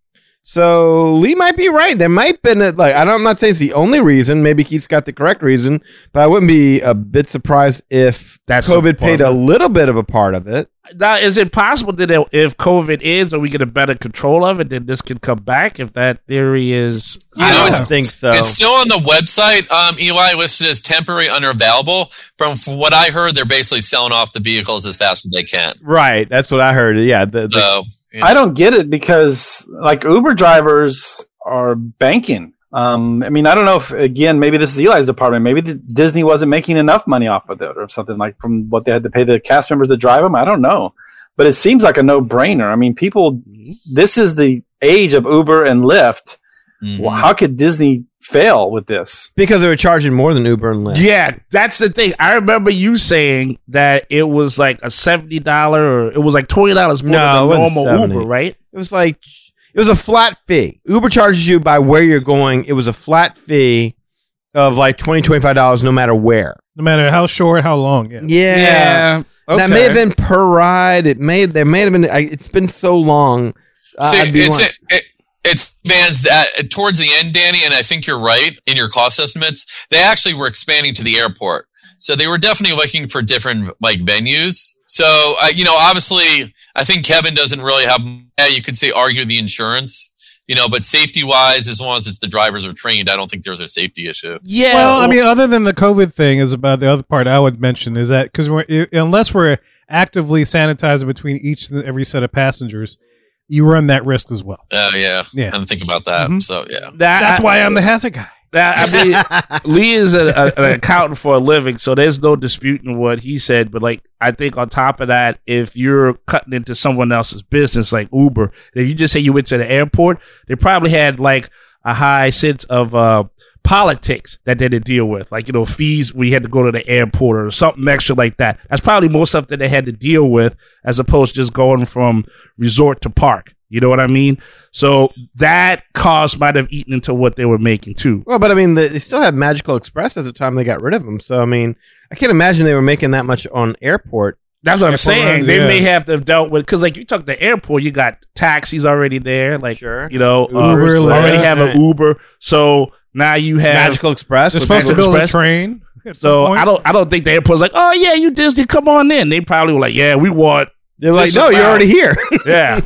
C: So Lee might be right. There might been a, like I don't, I'm not saying it's the only reason. Maybe Keith's got the correct reason, but I wouldn't be a bit surprised if
E: That's a
C: COVID
E: part
C: played a
E: of it.
C: little bit of a part of it.
E: Now, is it possible that it- if COVID ends, or we get a better control of it, then this can come back? If that theory is,
J: You know, it's,
C: think so.
J: It's still on the website. Um, Eli listed as temporary unavailable. From, from what I heard, they're basically selling off the vehicles as fast as they can.
C: right. That's what I heard. Yeah. The, the,
J: So Yeah.
I: I don't get it because like Uber drivers are banking. Um, I mean, I don't know if again, maybe this is Eli's department. Maybe the, Disney wasn't making enough money off of it or something like from what they had to pay the cast members to drive them. I don't know, but it seems like a no-brainer. I mean, people, this is the age of Uber and Lyft. Well,
C: Mm-hmm.
I: How could Disney fail with this?
C: because they were charging more than Uber and Lyft.
E: yeah, that's the thing. I remember you saying that it was like a seventy dollar, or it was like twenty dollars more
C: No, it
E: than a
C: wasn't
E: normal
C: 70.
E: Uber, right?
C: It was like it was a flat fee. Uber charges you by where you're going. It was a flat fee of like 20 dollars no matter where.
B: No matter how short, how long. Yeah.
C: That may have been per ride. It may there may have been. I, it's been so long. Uh,
J: See,
C: I'd be
J: it's
C: lying.
J: it, it, it's vans that towards the end, Danny, and I think you're right in your cost estimates. They actually were expanding to the airport, so they were definitely looking for different like venues. So uh, you know, obviously, I think Kevin doesn't really have. Yeah, you could say argue the insurance. You know, but safety wise, as long as it's the drivers are trained, I don't think there's a safety issue.
E: Yeah.
B: Well, I mean, other than the COVID thing, is about the other part I would mention is that because unless we're actively sanitizing between each and every set of passengers, you run that risk as well.
J: Oh yeah,
B: Yeah.
J: I didn't think about that.
C: Mm-hmm.
J: So yeah,
E: That-
B: That's why I'm the hazard guy.
E: Now,
C: <laughs>
J: <laughs>
E: I mean, Lee is a, a, an accountant for a living, so there's no disputing what he said. But like, I think on top of that, if you're cutting into someone else's business, like Uber, if you just say you went to the airport, they probably had like a high sense of uh, politics that they had to deal with, like you know fees we had to go to the airport or something extra like that. That's probably more stuff that they had to deal with as opposed to just going from resort to park. You know what I mean? So that cost might have eaten into what they were making too.
C: well, but I mean, the, they still had Magical Express at the time they got rid of them. So I mean, I can't imagine they were making that much on airport.
E: That's what I'm
B: Airport
E: saying.
B: runs,
E: they
B: yeah.
E: may have to have dealt with because, like, you took the airport, you got taxis already there, like,
C: Sure.
E: you know, uh,
B: Uber,
E: already
B: Lyft.
E: have an Uber. So now you have.
C: Magical Express.
B: They're
C: was
B: supposed to
C: Magical
B: build a
E: Express.
B: train. at
E: so
B: some point.
E: I don't, I don't think the airport's like, oh yeah, you Disney, come on in. They probably were like, yeah, we want,
C: They're like,
E: This
C: no, you're
E: about-
C: already here.
E: <laughs> yeah,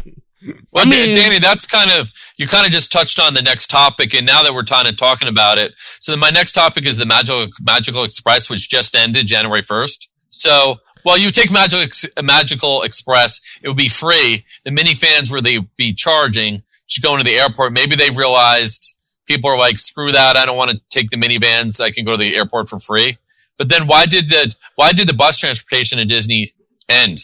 J: Well, Da-
E: I mean-
J: Danny, that's kind of you kind of just touched on the next topic, and now that we're kind of talking about it, so then my next topic is the magical magical express, which just ended January first. So while you take magical Ex- magical express, it would be free. The minifans where they be charging should go into the airport. Maybe they realized people are like, screw that, I don't want to take the minivans. I can go to the airport for free. But then why did the why did the bus transportation at Disney end?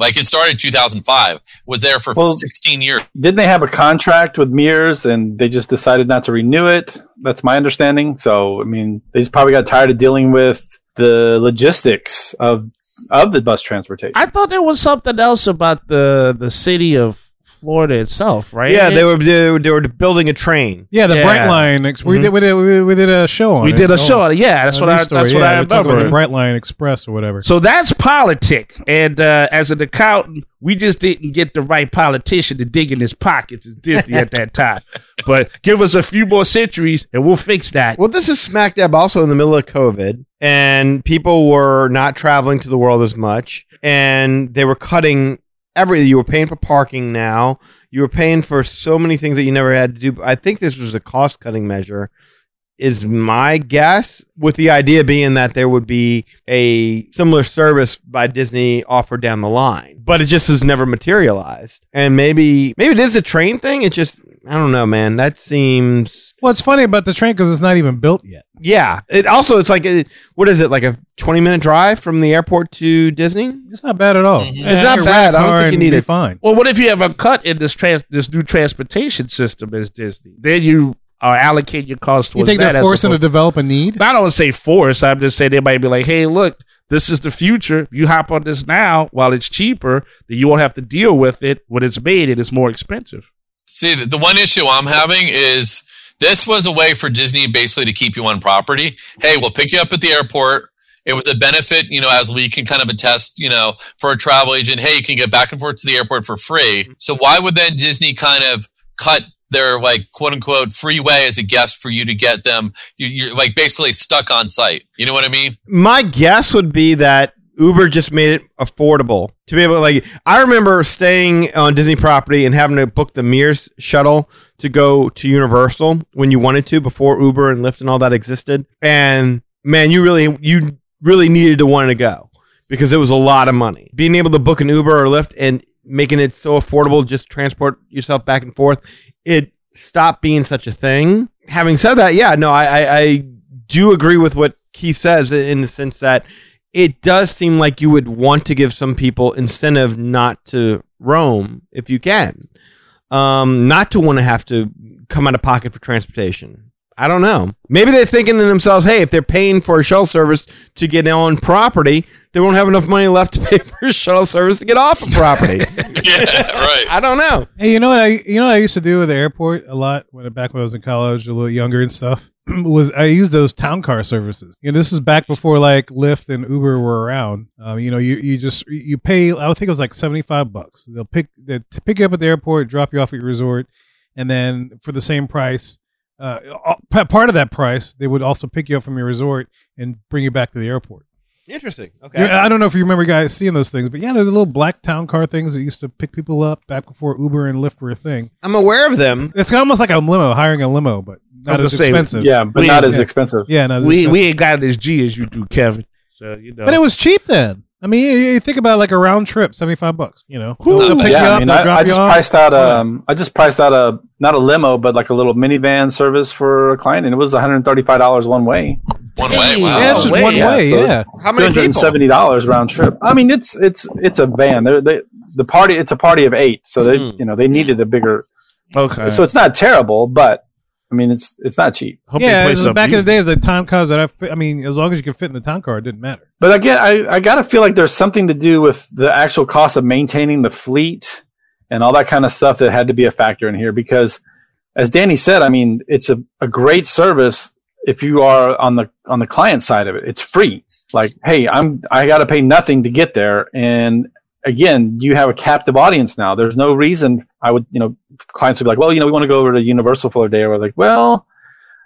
J: Like it started in 2005, was there for
I: Well,
J: 16 years.
I: Didn't they have a contract with Mears and they just decided not to renew it? That's my understanding. So, I mean, they just probably got tired of dealing with the logistics of of the bus transportation.
E: I thought there was something else about the the city of Florida itself, right?
C: yeah, they were they were, they were building a train.
B: Yeah, the
E: Yeah.
B: Brightline. Ex- we, did, we did we we did a show on
E: We
B: it.
E: did a
B: Oh,
E: show. on it. Yeah, that's
B: a
E: what
B: news
E: I.
B: story.
E: That's what
B: Yeah,
E: I
B: we talked about
E: remember.
B: The Brightline Express or whatever.
E: So that's politic. And uh, as an accountant, we just didn't get the right politician to dig in his pockets as Disney at
B: <laughs>
E: that time. But give us a few more centuries and we'll fix that.
C: Well, this is smack dab also in the middle of COVID, and people were not traveling to the world as much, and they were cutting every. You were paying for parking now. You were paying for so many things that you never had to do. I think this was a cost cutting measure, is my guess. With the idea being that there would be a similar service by Disney offered down the line, but it just has never materialized. And maybe maybe it is a train thing. It just I don't know, man. That seems
B: well, it's funny about the train because it's not even built yet.
C: yeah. It also it's like a, what is it like a twenty minute drive from the airport to Disney?
B: It's not bad at all.
J: Mhm. It's
B: Yeah,
C: not
B: you can
C: bad.
B: rent a
C: I don't
B: car
C: think you
B: and
C: need
B: be
C: it.
B: Fine.
E: Well, what if you have a cut in this trans this new transportation system as Disney? Then you are allocating your costs
B: You
E: towards
B: think
E: that.
B: they're
E: as
B: forcing to
E: opposed-
B: develop a need?
E: I don't want to say force. I'm just saying they might be like, hey, look, this is the future. You hop on this now while it's cheaper, then you won't have to deal with it when it's made and it's more expensive.
J: See, the the one issue I'm having is This was a way for Disney basically to keep you on property. Hey, we'll pick you up at the airport. It was a benefit, you know, as we can kind of attest, you know, for a travel agent. Hey, you can get back and forth to the airport for free. So why would then Disney kind of cut their like quote unquote free way as a guest for you to get them? You, you're like basically stuck on site. You know what I mean?
C: My guess would be that Uber just made it affordable to be able to like. I remember staying on Disney property and having to book the Mears shuttle to go to Universal when you wanted to before Uber and Lyft and all that existed. And man, you really you really needed to want to go because it was a lot of money. Being able to book an Uber or Lyft and making it so affordable, just transport yourself back and forth, it stopped being such a thing. Having said that, yeah, no, I I, I do agree with what Keith says in the sense that it does seem like you would want to give some people incentive not to roam if you can, um, not to want to have to come out of pocket for transportation. I don't know. Maybe they're thinking to themselves, hey, if they're paying for a shuttle service to get on property, they won't have enough money left to pay <laughs> for shuttle service to get off of <laughs> property.
J: <laughs> yeah, right.
C: <laughs> I don't know.
B: Hey, you know what I you know what I used to do at the airport a lot when back when I was in college, a little younger and stuff. <clears throat> Was I used those town car services? You know, this is back before like Lyft and Uber were around. Um, you know, you, you just you pay. I think it was like seventy five bucks. They'll pick they pick you up at the airport, drop you off at your resort, and then for the same price, uh, all- pa- part of that price, they would also pick you up from your resort and bring you back to the airport.
C: Interesting. Okay.
B: Yeah, I don't know if you remember guys seeing those things, but yeah, they're the little black town car things that used to pick people up back before Uber and Lyft were a thing.
C: I'm aware of them.
B: It's almost like a limo, hiring a limo, but not
E: I'm
B: as
E: just saying,
B: expensive.
I: Yeah, but
E: We-
I: not as
E: yeah.
I: expensive.
B: Yeah, not as
E: we
B: expensive.
E: we ain't got it as G as you do, Kevin. So you know.
B: but it was cheap then. I mean, you, you think about like a round trip, seventy five bucks. You know,
E: Ooh.
B: they'll pick
I: yeah,
B: you
I: I
B: up,
I: mean,
B: they'll
I: I,
B: drop
I: I
B: you
I: just
B: off.
I: priced out um, I just priced out a not a limo, but like a little minivan service for a client, and it was one hundred thirty-five dollars one way.
J: One way. Wow.
B: yeah, it's just
E: way,
B: one
E: yeah,
B: way.
I: Oh, so-
B: yeah,
C: How
I: Two
C: many
I: hundred
C: people?
I: seventy dollars round trip. I mean, it's it's it's a van. They're, they the party. It's a party of eight, so they
C: Hmm.
I: you know they needed a bigger.
B: Uh,
E: okay.
I: So it's not terrible, but I mean, it's it's not cheap.
E: Hope
B: yeah.
E: they play
B: it was
E: something
B: back in the
E: music.
B: day, the time cars that I, fit- I mean, as long as you could fit in the town car, it didn't matter.
I: But again, I I gotta feel like there's something to do with the actual cost of maintaining the fleet and all that kind of stuff that had to be a factor in here because, as Danny said, I mean, it's a, a great service if you are on the on the client side of it. It's free. Like, hey, I'm I gotta pay nothing to get there and again, you have a captive audience now. There's no reason I would, you know, clients would be like, well, you know, we want to go over to Universal for a day. Or like, well,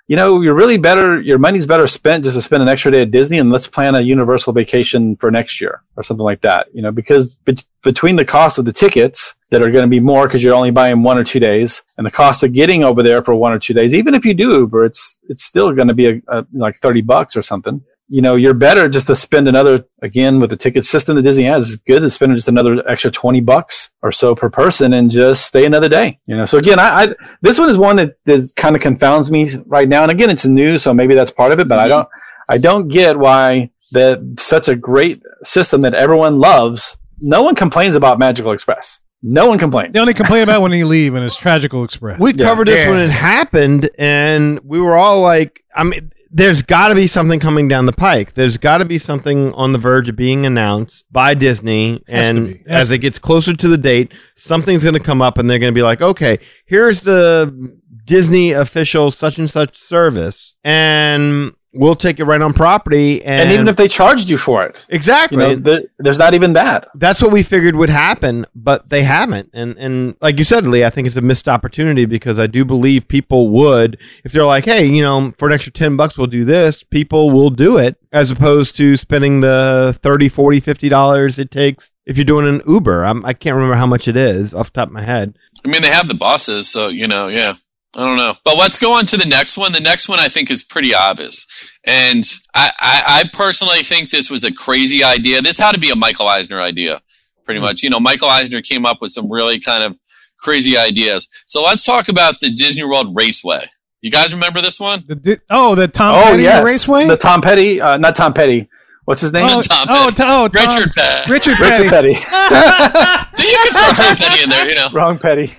I: you know, you're really better, your money's better spent just to spend an extra day at Disney and let's plan a Universal vacation for next year or something like that, you know, because bet between the cost of the tickets that are going to be more because you're only buying one or two days and the cost of getting over there for one or two days, even if you do Uber, it's, it's still going to be a, a, like 30 bucks or something you know, you're better just to spend another again with the ticket system that Disney has. It's good to spend just another extra twenty bucks or so per person and just stay another day. You know, so again, I, I this one is one that, that kind of confounds me right now. And again, it's new, so maybe that's part of it. But
B: Mm-hmm.
I: I don't, I don't get why that such a great system that everyone loves. No one complains about Magical Express. No one complains.
B: They only complain about when you leave, and it's Tragical Express.
C: We
I: Yeah.
C: covered this
E: Yeah.
C: when it happened, and we were all like, I mean, there's got to be something coming down the pike. There's got to be something on the verge of being announced by Disney.
B: Has to be.
C: And
B: Has
C: as it gets closer to the date, something's going to come up, and they're going to be like, okay, here's the Disney official such and such service, and we'll take it right on property. And,
I: and even if they charged you for it,
C: exactly,
I: you know, there, there's not even that.
C: that's what we figured would happen, but they haven't. And and like you said, Lee, I think it's a missed opportunity because I do believe people would, if they're like, hey, you know, for an extra 10 bucks, we'll do this, people will do it as opposed to spending the 30, 40, 50 dollars it takes if you're doing an Uber. I'm, I can't remember how much it is off the top of my head.
J: I mean, they have the bosses, so you know, yeah. I don't know. But let's go on to the next one. The next one I think is pretty obvious. And I, I, I personally think this was a crazy idea. This had to be a Michael Eisner idea, pretty much. You know, Michael Eisner came up with some really kind of crazy ideas. So let's talk about the Disney World Raceway. You guys remember this one?
B: The di- oh, the Tom
I: oh
B: Petty
I: yes,
B: Raceway.
I: the Tom Petty, uh, not Tom Petty. What's his name?
B: oh,
J: Tom
B: oh,
J: Petty.
B: Tom, oh, Tom,
J: Richard Petty.
B: Richard Petty.
I: Richard Petty.
J: So you can throw Tom Petty in there, you know.
I: <laughs> Wrong Petty.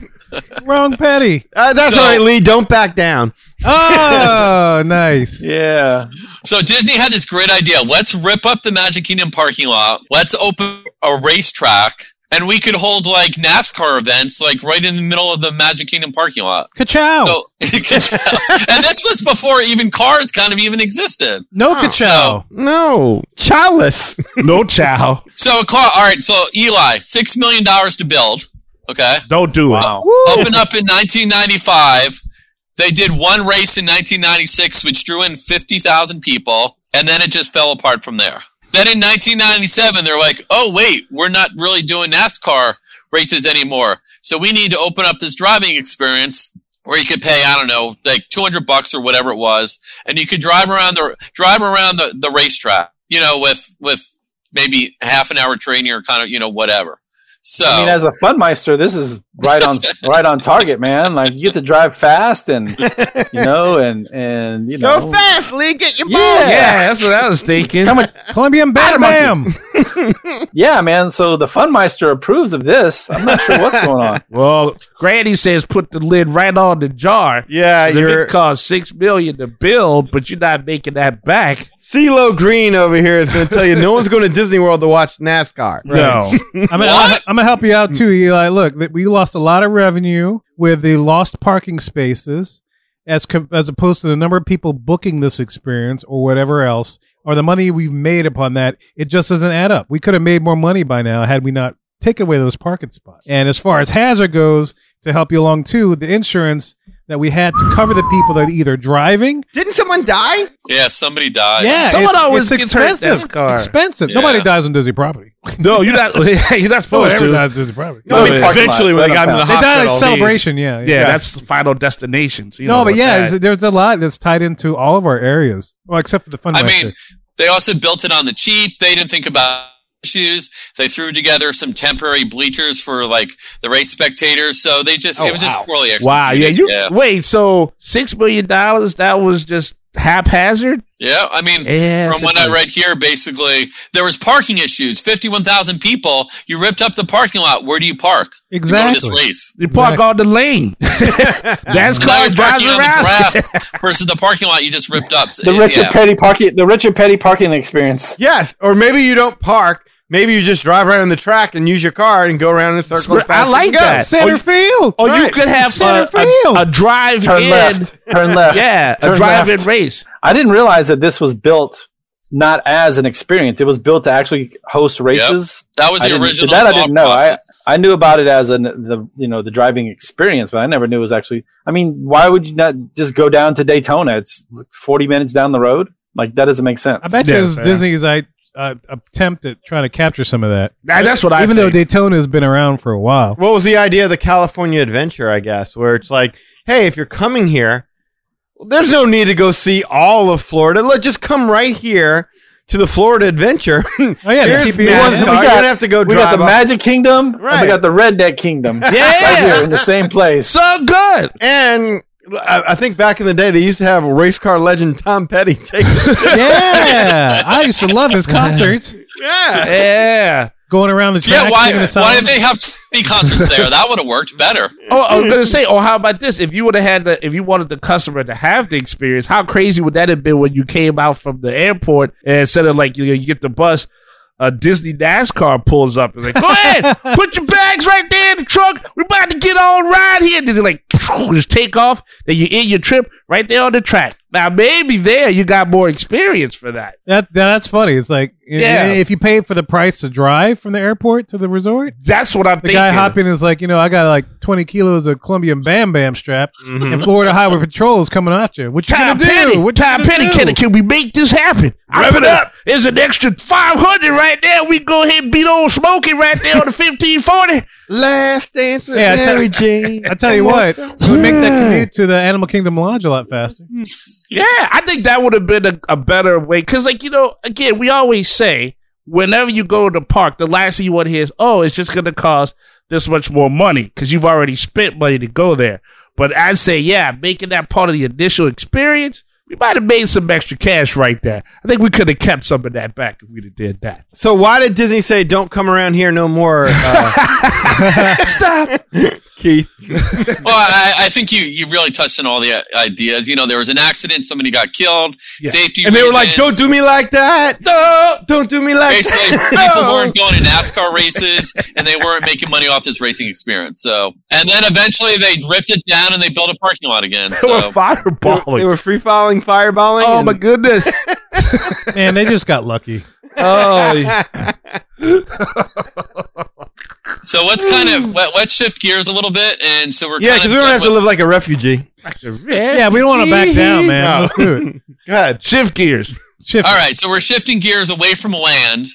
B: Wrong
I: <laughs>
B: Petty.
C: Uh, that's
J: So-
C: all right, Lee, don't back down.
B: Oh, nice.
I: Yeah.
J: So Disney had this great idea. Let's rip up the Magic Kingdom parking lot. Let's open a racetrack. and we could hold like NASCAR events like right in the middle of the Magic Kingdom parking lot.
B: Ka-chow.
J: So, <laughs> and this was before even cars kind of even existed.
B: No ka-chow.
C: No. Childless.
E: no chow.
J: So a car. All right. So Eli, six million dollars to build. Okay.
E: Don't do
B: Wow.
J: Opened up in 1995. They did one race in 1996, which drew in 50,000 people, and then it just fell apart from there. Then in 1997, they're like, oh, wait, we're not really doing NASCAR races anymore. So we need to open up this driving experience where you could pay, I don't know, like 200 bucks or whatever it was, and you could drive around the, drive around the, the racetrack, you know, with, with maybe half an hour training or kind of, you know, whatever. So,
I: I mean, as a funmeister, this is right on right on target, man. Like you get to drive fast and you know and and you know
C: fast, Lee. Get your
I: Yeah.
E: Yeah, that's what I was thinking.
B: Come on, Colombian Bam Bam.
I: yeah, man. So the funmeister approves of this. I'm not sure what's going
E: <laughs>
I: on.
E: Well, Granny says put the lid right on the jar.
C: Yeah,
E: 'Cause if
C: you're
E: it costs six million to build, but you're not making that back.
C: CeeLo Green over here is going to tell you no one's going to Disney World to watch NASCAR.
E: <laughs> No,
B: I'm gonna, I'm, gonna help you out too, Eli. Look, that we lost a lot of revenue with the lost parking spaces, as com- as opposed to the number of people booking this experience or whatever else, or the money we've made upon that. It just doesn't add up. We could have made more money by now had we not taken away those parking spots. And as far as hazard goes, to help you along too, the insurance that we had to cover the people that are either driving.
C: Didn't someone die?
J: yeah, somebody died.
B: yeah,
E: Someone
B: it's,
E: always
B: it's
E: gets hurt,
B: expensive.
E: NASCAR.
B: Expensive.
J: Yeah.
B: Nobody dies on Disney property.
E: no, you're not. <laughs> You're not
B: No one
E: supposed
B: ever
E: to.
B: dies on Disney property.
I: No, we parked
H: Eventually, when
I: lots. That
H: they got him to the
I: don't
B: They died
H: hospital,
B: at celebration. Yeah,
E: Yeah, that's the final destination. So you know
B: no, but
E: what
B: yeah,
E: that-
B: it's, there's a lot that's tied into all of our areas. Well, except for the fun.
J: I
B: factor.
J: mean, they also built it on the cheap. They didn't think about issues. They threw together some temporary bleachers for like the race spectators. So they just,
E: Oh,
J: it was just
E: wow.
J: poorly executed.
E: wow. Yeah, you
J: yeah.
E: wait. So six million dollars? That was just haphazard.
J: Yeah, I mean,
E: Yeah,
J: from what
E: something-
J: I read here, basically there was parking issues. Fifty-one thousand people. You ripped up the parking lot. Where do you park? You go to
B: exactly.
J: this race.
E: You park
B: Exactly.
E: on the lane. That's
J: Now
E: called
J: you're
E: driving
J: parking on the
E: around.
J: grass <laughs> versus the parking lot you just ripped up. So,
I: The
J: yeah.
I: Richard Petty parking, the Richard Petty parking experience.
C: Yes. Or maybe you don't park. Maybe you just drive right on the track and use your car and go around in a circle. as
E: Spr- I
C: fast as
E: like
C: you go.
E: that.
B: Center field.
E: Or you
C: Right.
E: could have
B: Center
E: a, a,
B: field.
E: a
I: <laughs>
E: drive
I: Turn
E: in.
I: left. Turn left.
E: Yeah, a
I: Turn
E: drive in
I: left.
E: race.
I: I didn't realize that this was built not as an experience. It was built to actually host races.
J: That was
I: I
J: the
I: didn't-
J: original.
I: that I
J: thought
I: didn't know. I,
J: process.
I: I knew about it as an the you know the driving experience, but I never knew it was actually. I mean, why would you not just go down to Daytona? It's forty minutes down the road. Like that doesn't make sense.
B: I bet
E: Yeah,
B: you it's
E: fair.
B: Disney's I uh, attempt at trying to capture some of that.
E: Nah, that's what I
B: Even though
E: think.
B: Daytona has been around for a while.
C: What was the idea of the California Adventure, I guess, where it's like, hey, if you're coming here, there's no need to go see all of Florida. Let just come right here to the Florida Adventure.
B: Oh yeah, they
C: Here's
B: keep you-
C: NASCAR.
I: We
C: You
I: got-
C: don't have to go
I: we got
C: drive
I: the
C: up-
I: Magic Kingdom, and
C: Right.
I: we got the Redneck <laughs> Kingdom, right
E: yeah,
I: here in the same place.
E: so good.
C: And I, I think back in the day, they used to have race car legend Tom Petty take.
B: yeah, I used to love
J: <laughs>
B: his concerts.
C: yeah.
E: Yeah.
B: Going around the track.
J: Yeah, why?
B: singing the
J: Why did
B: songs.
J: they have any concerts there? That would have worked better.
E: Oh, I was gonna say. Oh, how about this? If you would have had the, if you wanted the customer to have the experience, how crazy would that have been when you came out from the airport and instead of like you, know, you get the bus, a Disney NASCAR pulls up and like,
B: <laughs>
E: go ahead, put your bags right there in the trunk. We're about to get on ride here. Then they like <laughs> just take off. Then you end your trip right there on the track. Now maybe there you got more experience for that.
B: That, that- that's funny. It's like i-
E: Yeah.
B: if you pay for the price to drive from the airport to the resort,
E: That's what I'm
B: the
E: thinking.
B: guy hopping is like, you know, I got like twenty kilos of Colombian Bam Bam strap,
C: Mm-hmm.
B: and Florida Highway Patrol is coming at you. What you
E: Tom
B: gonna
E: Petty,
B: do? What you
E: Tom
B: gonna
E: Petty,
B: do?
E: can, can we make this happen? I
C: Rev
E: put
C: it
E: a-
C: up.
E: There's an extra 500 right there. We go ahead and beat old Smokey right there on
B: <laughs>
E: the 1540.
C: Last dance with
B: Yeah, I tell-
C: Mary Jane.
B: I tell you what, it would make that commute to the Animal Kingdom Lodge a lot faster.
E: Yeah, I think that would have been a, a better way. Because, like, you know, again, we always say whenever you go to the park, the last thing you want to hear is, oh, it's just going to cost this much more money because you've already spent money to go there. But I'd say, yeah, making that part of the initial experience, we might have made some extra cash right there. I think we could have kept some of that back if we'd have did that.
B: <laughs>
C: So why did Disney say don't come around here no more? Uh,
E: Stop.
C: Keith.
J: well, I, I think you you really touched on all the i- ideas. You know, there was an accident, somebody got killed, safety,
C: and they were like, "Don't
J: reasons.
C: do me like that! No, don't do me like <laughs>
J: Basically,
C: that!"
J: people
C: No.
J: weren't going to NASCAR races, and they weren't making money off this racing experience. So, and then eventually they ripped it down and they built a parking
C: <laughs>
J: lot again.
E: They were
J: So,
E: fireballing.
C: They were free falling, fireballing.
E: oh
C: and-
J: <laughs>
E: my goodness.
B: Man, they just got lucky.
E: Oh,
J: so let's kind of let, let's shift gears a little bit, and so we're
C: yeah,
J: kind
C: because
J: of
C: we don't
J: done
C: have to
J: with-
C: live like a refugee.
B: Yeah, we don't want to back down, man.
C: No.
B: Let's do it.
C: God,
E: shift gears.
B: Shift.
J: All right, so we're shifting gears away from land,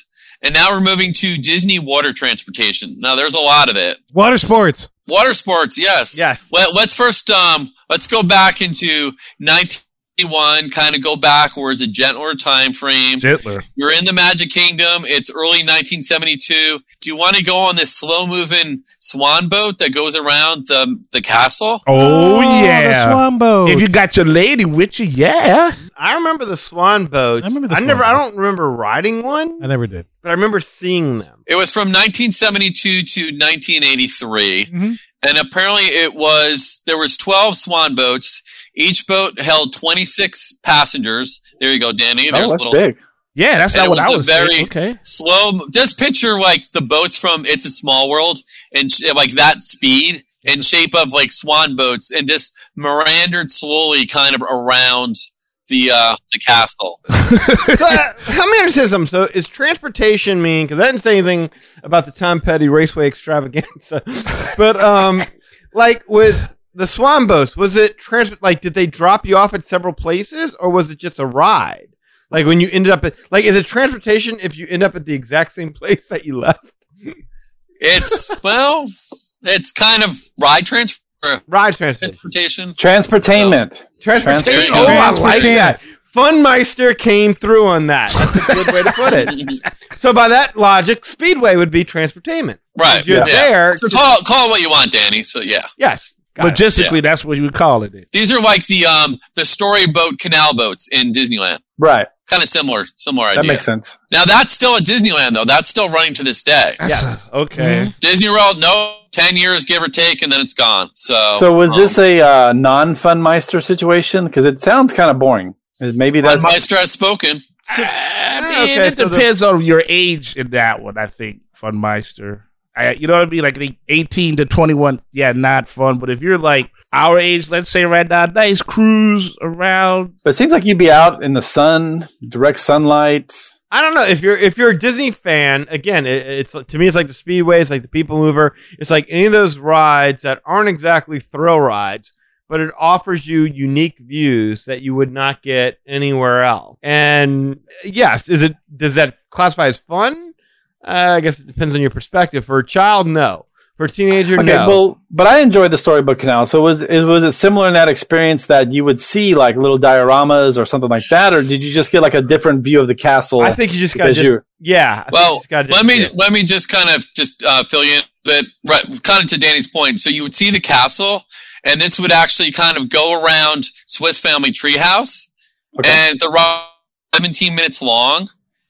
J: and now we're moving to Disney water transportation. Now, there's a lot of it.
B: Water sports.
J: Water sports, yes.
C: yes.
J: Well, let's first um let's go back into 1991, kind of go backwards, a gentler time frame.
E: Gentler.
J: You're in the Magic Kingdom. It's early 1972. Do you want to go on this slow moving swan boat that goes around the the castle?
E: Oh,
B: the
E: yeah.
B: swan boat.
E: If you got your lady with you, yeah.
C: I remember the swan boat.
B: I remember the
C: I
B: swan
C: never. I
B: boats.
C: don't remember riding one,
B: I never did.
C: but I remember seeing them.
J: It was from 1972 to 1983,
B: Mhm.
J: and apparently it was there was 12 swan boats. Each boat held 26 passengers. There you go, Danny.
I: Oh,
J: There's a
I: that's
J: little
I: big.
E: Yeah, that's
J: And
E: not
J: it
E: what
J: was
E: I
J: a
E: was
J: very-
E: thinking. Okay.
J: slow. Just picture like the boats from It's a Small World and sh- like that speed and shape of like swan boats and just meandered slowly kind of around the uh, the castle.
C: so, uh, help me understand something. So, is transportation mean? Because I didn't say anything about the Tom Petty Raceway Extravaganza, <laughs> but um, like with the Swan boats, was it transport? Like, did they drop you off at several places, or was it just a ride? Like when you ended up at, like, is it transportation if you end up at the exact same place that you left?
J: It's <laughs> well, it's kind of ride trans-
C: Ride transportation.
J: transportation.
I: Transportainment.
C: Transportation.
I: Transportation.
C: <laughs> Oh, I like that. Funmeister came through on that. That's a good way to put it. <laughs> So, by that logic, Speedway would be transportainment.
J: right.
C: You're
J: Yeah.
C: there.
J: So call call what you want, Danny. So yeah.
C: Yes. Got it.
E: Logistically, that's what you would call it.
J: These are like the um the storyboat canal boats in Disneyland.
I: Right.
J: Kind of similar, similar
I: That
J: idea.
I: makes sense.
J: Now that's still at Disneyland though. That's still running to this day.
E: Okay.
J: Disney World, no, ten years give or take, and then it's gone. So,
I: So was
J: um,
I: this a uh, non-funmeister situation? Because it sounds kind of boring. Is- Maybe that's
J: Meister has spoken?
E: I
C: Ah,
E: mean,
C: okay,
E: it
C: so the-
E: depends on your age in that one. I think Funmeister. I, you know what I mean? Like I think eighteen to twenty-one. Yeah, not fun. But if you're like our age, let's say right now, nice cruise around.
I: But it seems like you'd be out in the sun, direct sunlight.
C: I don't know if you're if you're a Disney fan. Again, it, it's like- to me, it's like the Speedway, it's like the People Mover, it's like any of those rides that aren't exactly thrill rides, but it offers you unique views that you would not get anywhere else. And yes, is it does that classify as fun? Uh, I guess it depends on your perspective. For a child, no. For a teenager,
I: Okay,
C: no.
I: well, but I enjoyed the storybook canal. So was it was it similar in that experience that you would see like little dioramas or something like that, or did you just get like a different view of the castle?
C: I think you just got to
I: because
C: just
I: you-
C: yeah. I think you
J: Well,
C: just gotta
J: let
C: just-
J: me
C: yeah.
J: let me just kind of just uh, fill you in a bit, right, kind of to Danny's point. So you would see the castle, and this would actually kind of go around Swiss Family Treehouse,
I: Okay.
J: and the ride was 17 minutes long,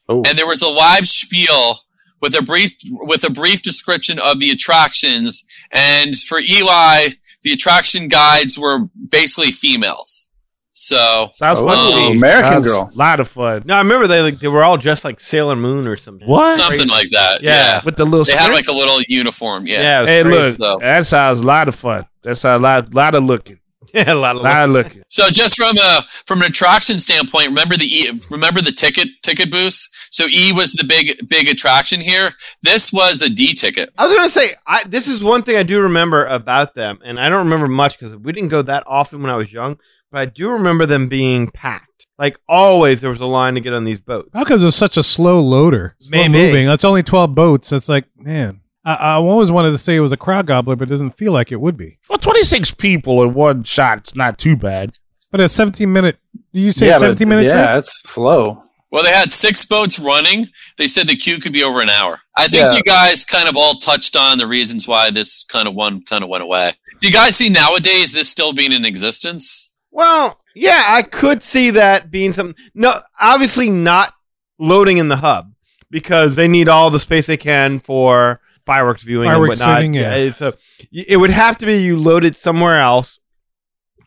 I: Oh.
J: and there was a live spiel with a brief with a brief description of the attractions, and for Eli, the attraction guides were basically females. So
E: Sounds fun
J: Oh,
E: to me.
I: American
E: Sounds
I: Girl.
E: A lot of fun.
C: No, I remember they like they were all dressed like Sailor Moon or something.
E: What?
J: something like that.
C: Yeah.
J: yeah.
E: With the little.
J: They had
E: skirt?
J: like a little uniform, yeah.
C: Yeah. it was
E: hey,
C: crazy.
E: look.
J: though.
E: That sounds a lot of fun. That's a lot, lot of looking.
C: <laughs> Yeah, a lot of
E: lot of looking.
J: So just from a from an attraction standpoint, remember the e, remember the ticket ticket booths. So E was the big big attraction here. This was the D ticket.
C: I was gonna say I, this is one thing I do remember about them, and I don't remember much because we didn't go that often when I was young. But I do remember them being packed. Like always, there was a line to get on these boats.
B: How comes it's such a slow loader? Slow
C: Maybe.
B: moving. That's only 12 boats. That's like, man. I, I always wanted to say it was a crowd gobbler, but it doesn't feel like it would be.
E: Well, twenty-six people in one shot. It's not too bad.
B: But a 17 minute, you say
I: but-
B: 17 minute
I: Yeah,
B: trip?
I: it's slow.
J: Well, they had six boats running. They said the queue could be over an hour. I think
I: Yeah.
J: you guys kind of all touched on the reasons why this kind of one kind of went away. Do you guys see nowadays this still being in existence?
C: Well, yeah, I could see that being something. No, obviously not loading in the hub because they need all the space they can for fireworks viewing
B: Fireworks
C: and whatnot.
B: sitting, yeah.
C: so y- it would have to be you loaded somewhere else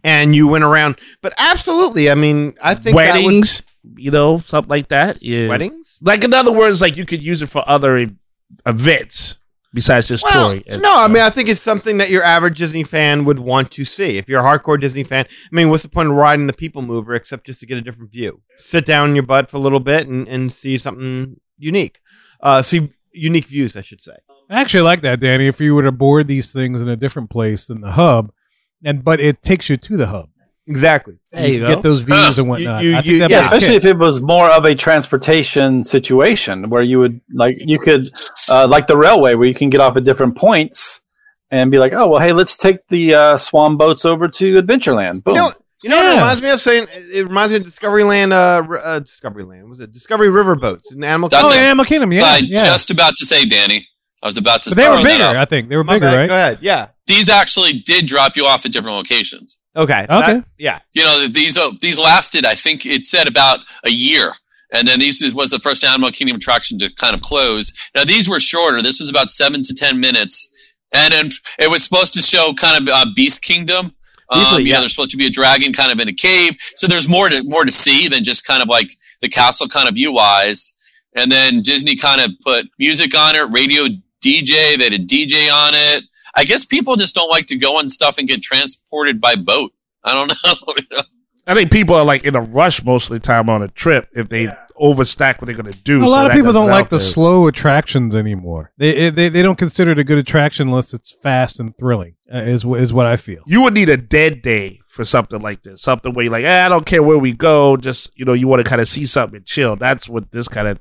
C: and you went around. But absolutely, I mean, I think that would-
E: weddings, you know, something like that. Yeah.
C: weddings.
E: Like in other words, like you could use it for other e- events besides just
C: Well,
E: touring. and
C: no, I
E: stuff.
C: mean, I think it's something that your average Disney fan would want to see. If you're a hardcore Disney fan, I mean, what's the point of riding the People Mover except just to get a different view? Sit down in your butt for a little bit and, and see something unique. Uh, see unique views, I should say.
B: I actually like that, Danny. If you were to board these things in a different place than the hub, and but it takes you to the hub.
C: Exactly.
E: There you
B: can
E: go.
B: Get those views and whatnot.
C: you-
B: I think
C: you-
B: that'd
C: yeah,
B: be a
C: especially
B: kick.
I: especially if it was more of a transportation situation where you would like you could uh, like the railway where you can get off at different points and be like oh well hey let's take the uh, swan boats over to adventureland boom
C: You know, you know what it
B: Yeah.
C: reminds me of saying? It reminds me of Discoveryland. Uh, r- uh, Discoveryland was it Discovery Riverboats and Animal
J: That's
B: Oh,
J: it.
B: yeah, Animal Kingdom. Yeah,
J: I
B: yeah.
J: just about to say, Danny. I was about to.
B: but they were
J: throw that
B: bigger.
J: out.
B: I think they were
C: My
B: bigger,
C: bad,
B: right?
C: Go ahead. Yeah.
J: These actually did drop you off at different locations.
C: Okay. Okay.
B: Okay.
C: yeah.
J: You know, these uh, these lasted. I think it said about a year, and then these was the first Animal Kingdom attraction to kind of close. Now these were shorter. This was about seven to ten minutes, and and it was supposed to show kind of uh, Beast Kingdom. Um,
C: Easily,
J: you
C: yeah.
J: know, there's supposed to be a dragon kind of in a cave. So there's more to more to see than just kind of like the castle kind of view wise. And then Disney kind of put music on it, radio DJ. They had a DJ on it. I guess people just don't like to go on stuff and get transported by boat. I don't <laughs> know.
E: I think people are like in a rush most of the time on a trip if they overstack what they're gonna do.
B: A lot of people don't like the
E: the
B: slow attractions anymore. They, they they don't consider it a good attraction unless it's fast and thrilling. Uh, is wh- is what I feel.
E: you would need a dead day for something like this. Something where you're like, eh, I don't care where we go, just you know, you want to kind of see something and chill. That's what this kind of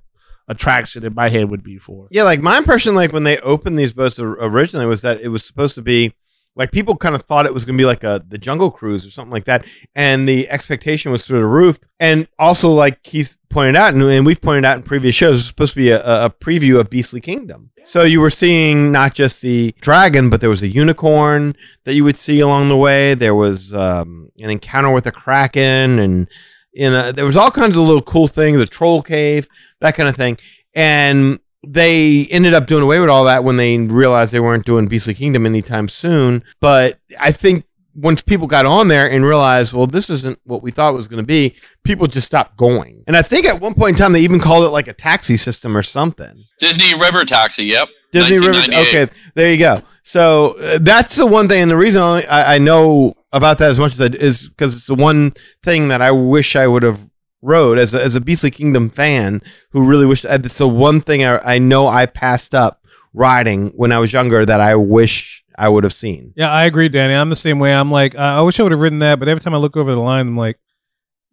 E: attraction in my head would be for.
C: Yeah, like my impression, like when they opened these boats or- originally, was that it was supposed to be like people kind of thought it was going to be like a the Jungle Cruise or something like that, and the expectation was through the roof. And also, like Keith pointed out, and, and we've pointed out in previous shows, it was supposed to be a, a- a preview of Beastly Kingdom. So you were seeing not just the dragon, but there was a unicorn that you would see along the way. There was um, an encounter with a kraken, and you know there was all kinds of little cool things, the troll cave, that kind of thing. And they ended up doing away with all that when they realized they weren't doing Beastly Kingdom anytime soon. But I think once people got on there and realized, well, this isn't what we thought it was going to be, people just stopped going. And I think at one point in time, they even called it like a taxi system or something.
J: Disney River Taxi. Yep.
C: Disney River.
J: 1998.
C: Okay, there you go. So uh, that's the one thing, and the reason I, I know about that as much as I is because it's the one thing that I wish I would have rode as a, as a Beastly Kingdom fan who really wished. uh, It's the one thing I, I know I passed up riding when I was younger that I wish I would have seen.
B: Yeah, I agree, Danny. I'm the same way. I'm like, I I wish I would have written that, but every time I look over the line, I'm like,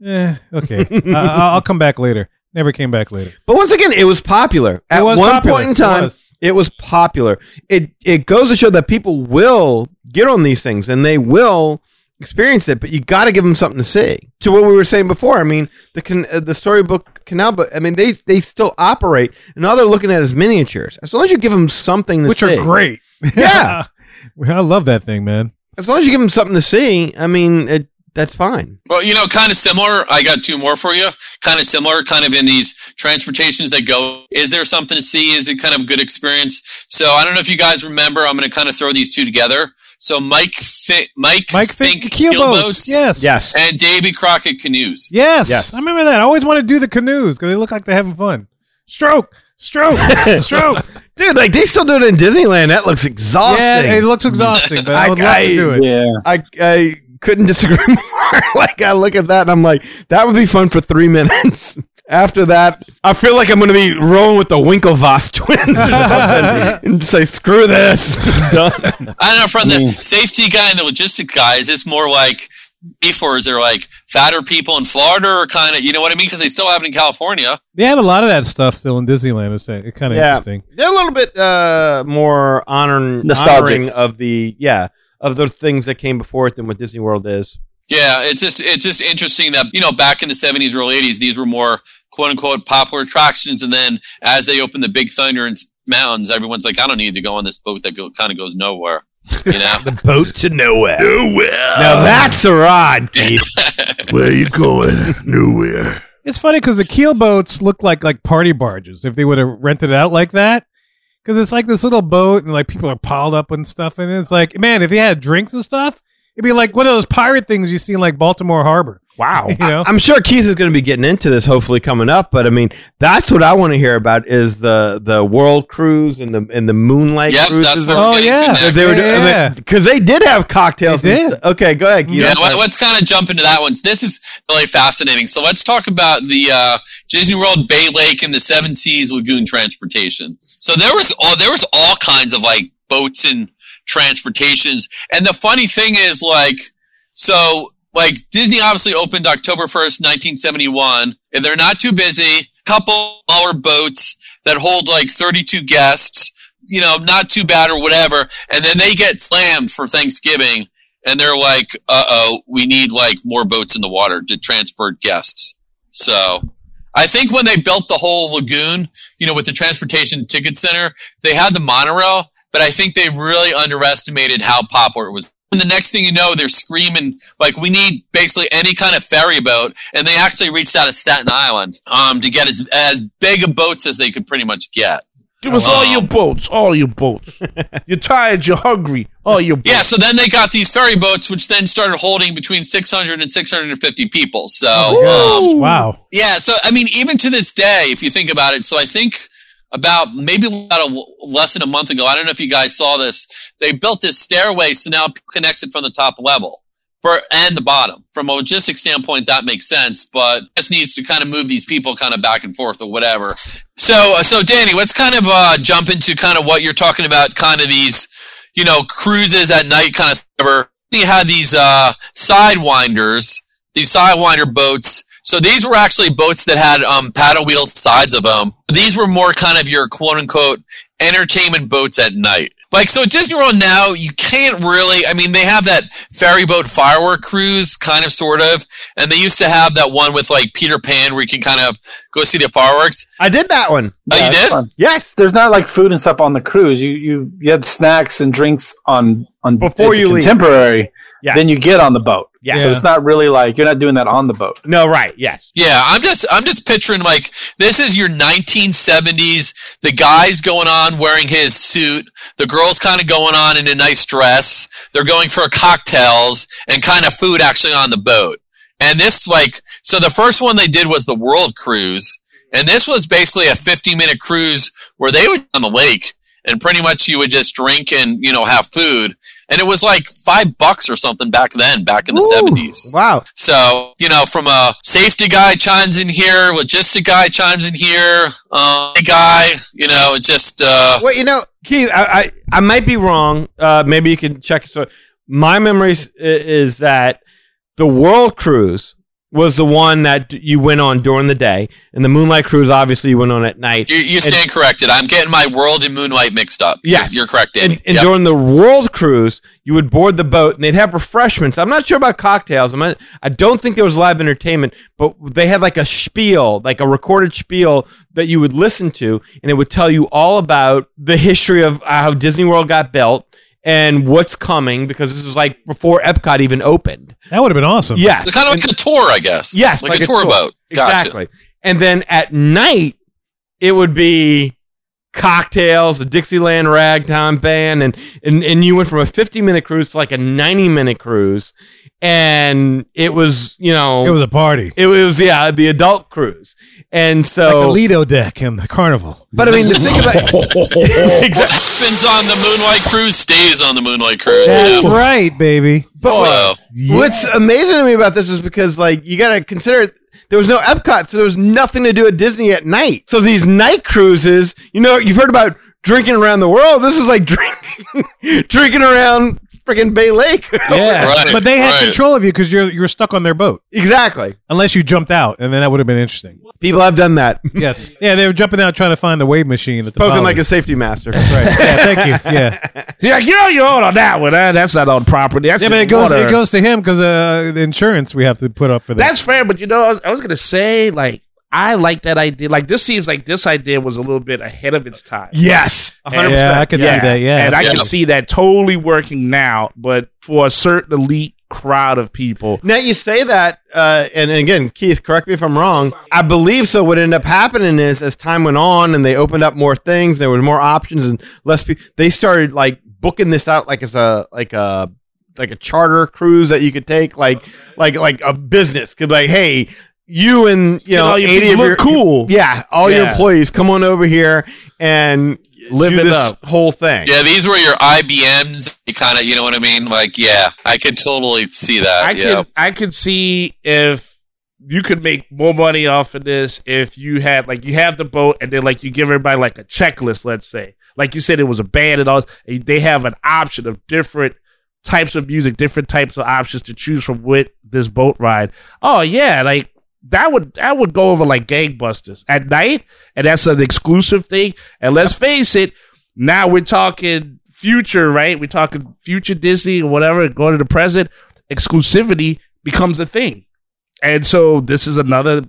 B: eh, okay,
C: <laughs>
B: I, I- I'll come back later. Never came back later.
C: But once again, it was popular at
B: It was
C: one
B: popular.
C: point in
B: It
C: time.
B: was.
C: It was popular. It it goes to show that people will get on these things and they will experience it, but you got to give them something to see. To what we were saying before, I mean, the can, uh, the storybook canal, but I mean, they they still operate, and all they're looking at is miniatures. As long as you give them something to
B: which
C: see,
B: are great. <laughs>
C: Yeah.
B: I love that thing, man.
C: As long as you give them something to see, I mean, it, that's fine.
J: Well, you know, kind of similar. I got two more for you. Kind of similar, kind of in these transportations that go. Is there something to see? Is it kind of a good experience? So I don't know if you guys remember. I'm going to kind of throw these two together. So Mike, Thi- Mike,
B: Mike
J: Fink,
B: Fink, keel boats. Yes.
C: Yes.
J: and Davy Crockett canoes.
B: Yes.
C: Yes.
B: I remember that. I always want to do the canoes because they look like they're having fun. Stroke,
C: <laughs>
B: stroke, stroke.
C: Dude, like they still do it in Disneyland. That looks exhausting.
B: Yeah, it looks exhausting,
C: <laughs>
B: but I would love
C: I-
B: to do it.
I: yeah
C: I I couldn't <laughs> disagree more. like I look at that and I'm like, that would be fun for three <laughs> minutes. After that, I feel like I'm going to be rolling with the Winklevoss <laughs> twins or something and say, screw this. <laughs> Done.
J: I don't know. From the safety guy and the logistics guy, is this more like beef or is there like fatter people in Florida or kind of, you know what I mean? Because they still have it in California.
B: They have a lot of that stuff still in Disneyland. It's kind of
C: Yeah.
B: interesting.
C: They're a little bit uh, more honor-
I: Nostalgic.
C: honoring of the, yeah, of the things that came before it than what Disney World is.
J: Yeah, it's just it's just interesting that you know back in the seventies, early eighties, these were more quote unquote popular attractions, and then as they opened the Big Thunder and s- Mountains, everyone's like, I don't need to go on this boat that go, kind of goes nowhere,
B: <laughs>
J: you know.
C: Boat to nowhere. Nowhere. Now that's a ride, Keith.
J: <laughs>
H: Where you going? Nowhere.
B: It's funny because the keel boats look like like party barges if they would have rented it out like that. because it's like this little boat and like people are piled up and stuff, and it's like, man, if they had drinks and stuff, it'd be like one of those pirate things you see in like Baltimore Harbor.
E: Wow.
B: <laughs> you know,
C: I, am sure Keith is going to be getting into this hopefully coming up, but I mean, that's what I want to hear about is the the world cruise and the and the moonlight
J: Yep,
C: cruises.
J: that's what
B: Oh,
J: we're getting
B: yeah.
J: to
C: that
J: next.
C: they were doing.
B: Yeah.
C: because they did have cocktails.
B: They
C: and
B: did.
C: st- okay, go ahet Keith.
J: Yeah, let- let's kind of jump into that one. This is really fascinating. So let's talk about the uh, Disney World Bay Lake and the Seven Seas Lagoon transportation. So there was all there was all kinds of like boats and transportations. And the funny thing is, like, so like Disney obviously opened October first, nineteen seventy one. If they're not too busy, couple smaller boats that hold like thirty two guests. You know, not too bad or whatever. And then they get slammed for Thanksgiving and they're like, "Uh oh, we need like more boats in the water to transport guests." So, I think when they built the whole lagoon, you know, with the transportation ticket center, they had the monorail, but I think they really underestimated how popular it was. And the next thing you know, they're screaming like, "We need basically any kind of ferry boat," and they actually reached out to Staten Island um, to get as as big of boats as they could pretty much get.
H: Give us all your boats, all your
B: <laughs>
H: boats. you're tired, you're hungry, all your boats.
J: Yeah, so then they got these ferry boats, which then started holding between 600 and 650 people. So, um,
B: wow.
J: Yeah, so I mean, even to this day, if you think about it, so I think about maybe about a, less than a month ago. I don't know if you guys saw this. They built this stairway, so now it connects it from the top level for and the bottom. From a logistics standpoint, that makes sense, but it just needs to kind of move these people kind of back and forth or whatever. So, uh, so Danny, let's kind of uh, jump into kind of what you're talking about, kind of these, you know, cruises at night, kind of. whatever. You had these uh, sidewinders, these sidewinder boats. So these were actually boats that had um, paddle wheel sides of them. These were more kind of your quote unquote entertainment boats at night. Like so, at Disney World now you can't really. I mean, they have that ferry boat firework cruise, kind of, sort of, and they used to have that one with like Peter Pan where you can kind of go see the fireworks.
C: I did that one.
J: oh, you
I: it's
J: did?
I: fun.
C: Yes,
I: There's not like food and stuff on the cruise. You you you have snacks and drinks on on
C: Before
I: at the
C: you leave.
I: contemporary.
C: Yes.
I: Then you get on the boat.
C: Yeah.
I: So it's not really like you're not doing that on the boat.
C: no, right? Yes,
J: Yeah, I'm just I'm just picturing like this is your 1970s. The guy's going on wearing his suit. The girl's kind of going on in a nice dress. They're going for cocktails and kind of food actually on the boat. And this like so the first one they did was the World Cruise, and this was basically a 50 minute cruise where they would on the lake and pretty much you would just drink and you know have food. And it was like five bucks or something back then, back in the
C: Ooh,
J: 70s.
C: Wow,
J: So, you know, from a safety guy chimes in here, logistic guy chimes in here, uh, guy, you know, it just, uh,
C: Well, you know, Keith, I I, I might be wrong. Uh, maybe you can check. So my memory is, is that the World Cruise was the one that d- you went on during the day, and the Moonlight Cruise obviously you went on at night.
J: you, you stand corrected. I'm getting my world and moonlight mixed up.
C: Yes.
J: You're, you're correct, Danny.
C: And, and
J: Yep.
C: during the world cruise, you would board the boat and they'd have refreshments. I'm not sure about cocktails. I'm not, I don't think there was live entertainment, but they had like a spiel, like a recorded spiel that you would listen to, and it would tell you all about the history of uh, how Disney World got built and what's coming because this was like before Epcot even opened.
B: That would have been awesome.
C: Yes.
J: It's kind of like a tour, I guess.
C: Yes,
J: Like, a, tour, boat. Gotcha.
C: Exactly. And then at night, it would be cocktails, the Dixieland ragtime band, and, and and you went from a 50 minute cruise to like a 90 minute cruise, and it was you know
B: It was a party.
C: it was yeah the adult cruise, and so.
B: Like the Lido deck and the carnival.
C: but I mean, the thing about
J: What happens on the moonlight cruise stays on the moonlight cruise.
B: That's
J: you know?
B: right, baby.
J: So,
C: what's amazing to me about this is because like you got to consider there was no Epcot, so there was nothing to do at Disney at night. So these night cruises, you know, you've heard about drinking around the world. This is like <laughs> drinking, drinking around freaking Bay Lake.
B: Yeah.
J: Right,
B: but they had
J: right.
B: control of you because you're you're stuck on their boat.
C: <laughs> exactly.
B: Unless you jumped out, and then that would have been interesting.
C: People have done that.
B: Yes. Yeah, they were jumping out trying to find the wave machine. At the
C: Spoken
B: bottom.
C: like a safety master.
B: Right. Yeah, thank you. Yeah.
H: You're like, you know, you're on on that one. huh? that's not on property. That's
B: Yeah,
H: in
B: but it goes
H: water.
B: it goes to him because uh, the insurance we have to put up for that.
H: That's fair, but you know, I was, I was gonna say like I like that idea. Like this seems like this idea was a little bit ahead of its time.
C: Yes.
H: And-
B: yeah, I could see that. Yeah,
H: and I
J: Yeah.
H: can see that totally working now. But for a certain elite
E: crowd of people.
C: Now you say that, uh, and again, Keith, correct me if I'm wrong. I believe so. What ended up happening is, as time went on, and they opened up more things, there were more options and less people. They started like booking this out like as a like a like a charter cruise that you could take, like like like a business could be like, hey. You and you
E: Get
C: know
E: all your
C: eighty
E: people-
C: of your
E: look cool.
C: yeah, all your
E: Yeah.
C: employees come on over here and
E: Live
C: do
E: it
C: this
E: up.
C: whole thing.
J: Yeah, these were your IBMs. You kind of, you know what I mean? Like, yeah, I could totally see that.
E: I
J: yeah.
E: can I can see if you could make more money off of this if you had like you have the boat and then like you give everybody like a checklist, let's say. Like you said it was a band and all and they have an option of different types of music, different types of options to choose from with this boat ride. Oh yeah, like that would that would go over like gangbusters at night, and that's an exclusive thing. And let's face it, now we're talking future, right? We're talking future Disney or whatever, going to the present exclusivity becomes a thing. And so this is another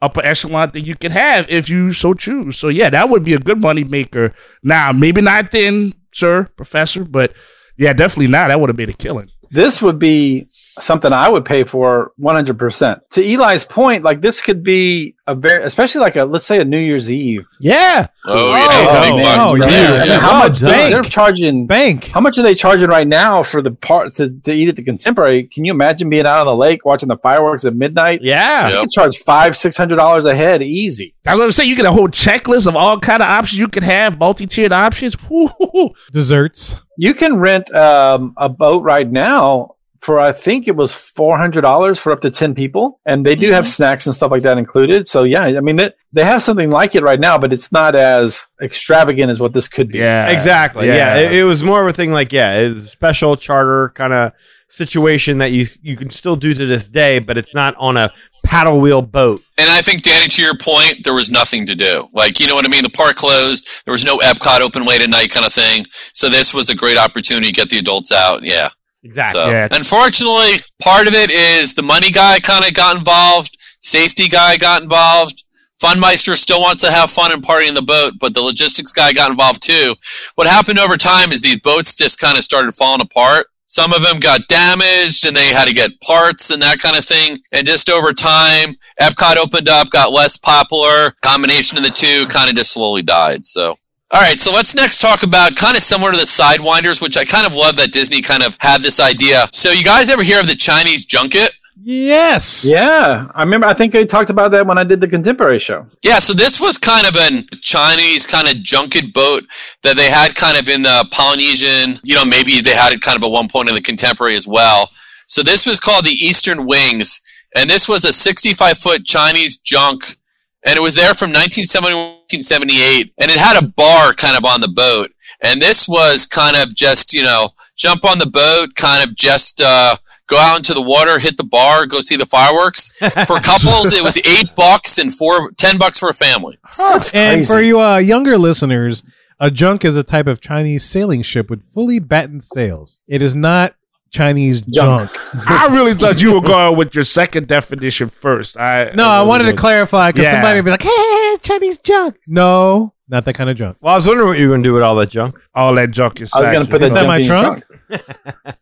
E: upper echelon that you could have if you so choose. So yeah, that would be a good money maker. Now, maybe not then, sir, professor, but yeah, definitely not. That would have made a killing.
I: this would be something I would pay for 100%. To Eli's point, like this could be a very, especially like a, let's say a New Year's Eve.
B: Yeah.
J: Oh,
B: Oh,
J: yeah. big bucks,
B: oh,
J: bro.
B: yeah.
J: Yeah,
B: Yeah.
J: yeah.
I: How
B: Well
I: much
B: done.
I: they're charging?
B: Bank.
I: How much are they charging right now for the part to, to eat at the Contemporary? Can you imagine being out on the lake watching the fireworks at midnight?
E: Yeah.
I: You can charge five, six hundred dollars a head, easy.
E: That's what I'm saying. You get a whole checklist of all kind of options you could have, multi-tiered options. Woo-hoo-hoo.
B: Desserts.
I: You can rent um, a boat right now for I think it was four hundred dollars for up to ten people, and they do have snacks and stuff like that included. So yeah, I mean they, they have something like it right now, but it's not as extravagant as what this could be.
E: Yeah.
C: Exactly. Yeah.
E: Yeah.
C: It, it was more of a thing like, yeah, it's a special charter kind of situation that you you can still do to this day, but it's not on a paddle wheel boat.
J: And I think, Danny, to your point, there was nothing to do. Like, you know what I mean? The park closed. There was no Epcot open late at night kind of thing. So this was a great opportunity to get the adults out. Yeah.
C: Exactly.
J: So,
E: Yeah.
J: unfortunately, part of it is the money guy kind of got involved, safety guy got involved. Funmeister still wants to have fun and party in the boat, but the logistics guy got involved too. What happened over time is these boats just kind of started falling apart. Some of them got damaged and they had to get parts and that kind of thing. And just over time, Epcot opened up, got less popular. Combination of the two kind of just slowly died. So. All right, so let's next talk about kind of similar to the Sidewinders, which I kind of love that Disney kind of had this idea. So, you guys ever hear of the Chinese junket?
B: Yes.
I: Yeah, I remember. I think I talked about that when I did the contemporary show.
J: Yeah, so this was kind of a Chinese kind of junket boat that they had kind of in the Polynesian, you know, maybe they had it kind of at one point in the contemporary as well. So, this was called the Eastern Wings, and this was a 65 foot Chinese junk, and it was there from 1971 1978, and it had a bar kind of on the boat. And this was kind of just, you know, jump on the boat, kind of just uh, go out into the water, hit the bar, go see the fireworks. For couples, it was eight bucks and four, ten bucks for a family.
I: That's
B: And
I: crazy.
B: for you uh, younger listeners, a junk is a type of Chinese sailing ship with fully battened sails. It is not Chinese junk.
I: Junk.
E: I really thought you were going with your second definition first. I
B: No, I
E: really
B: wanted to
E: was.
B: clarify because
E: Yeah.
B: somebody would be like, hey, Eh, Chinese junk. No, not that kind of junk.
C: Well, I was wondering what you were gonna do with all that junk.
E: all that junk is.
I: I was going to put that
B: Is that
I: jump
B: my
I: in your
B: trunk?
I: trunk.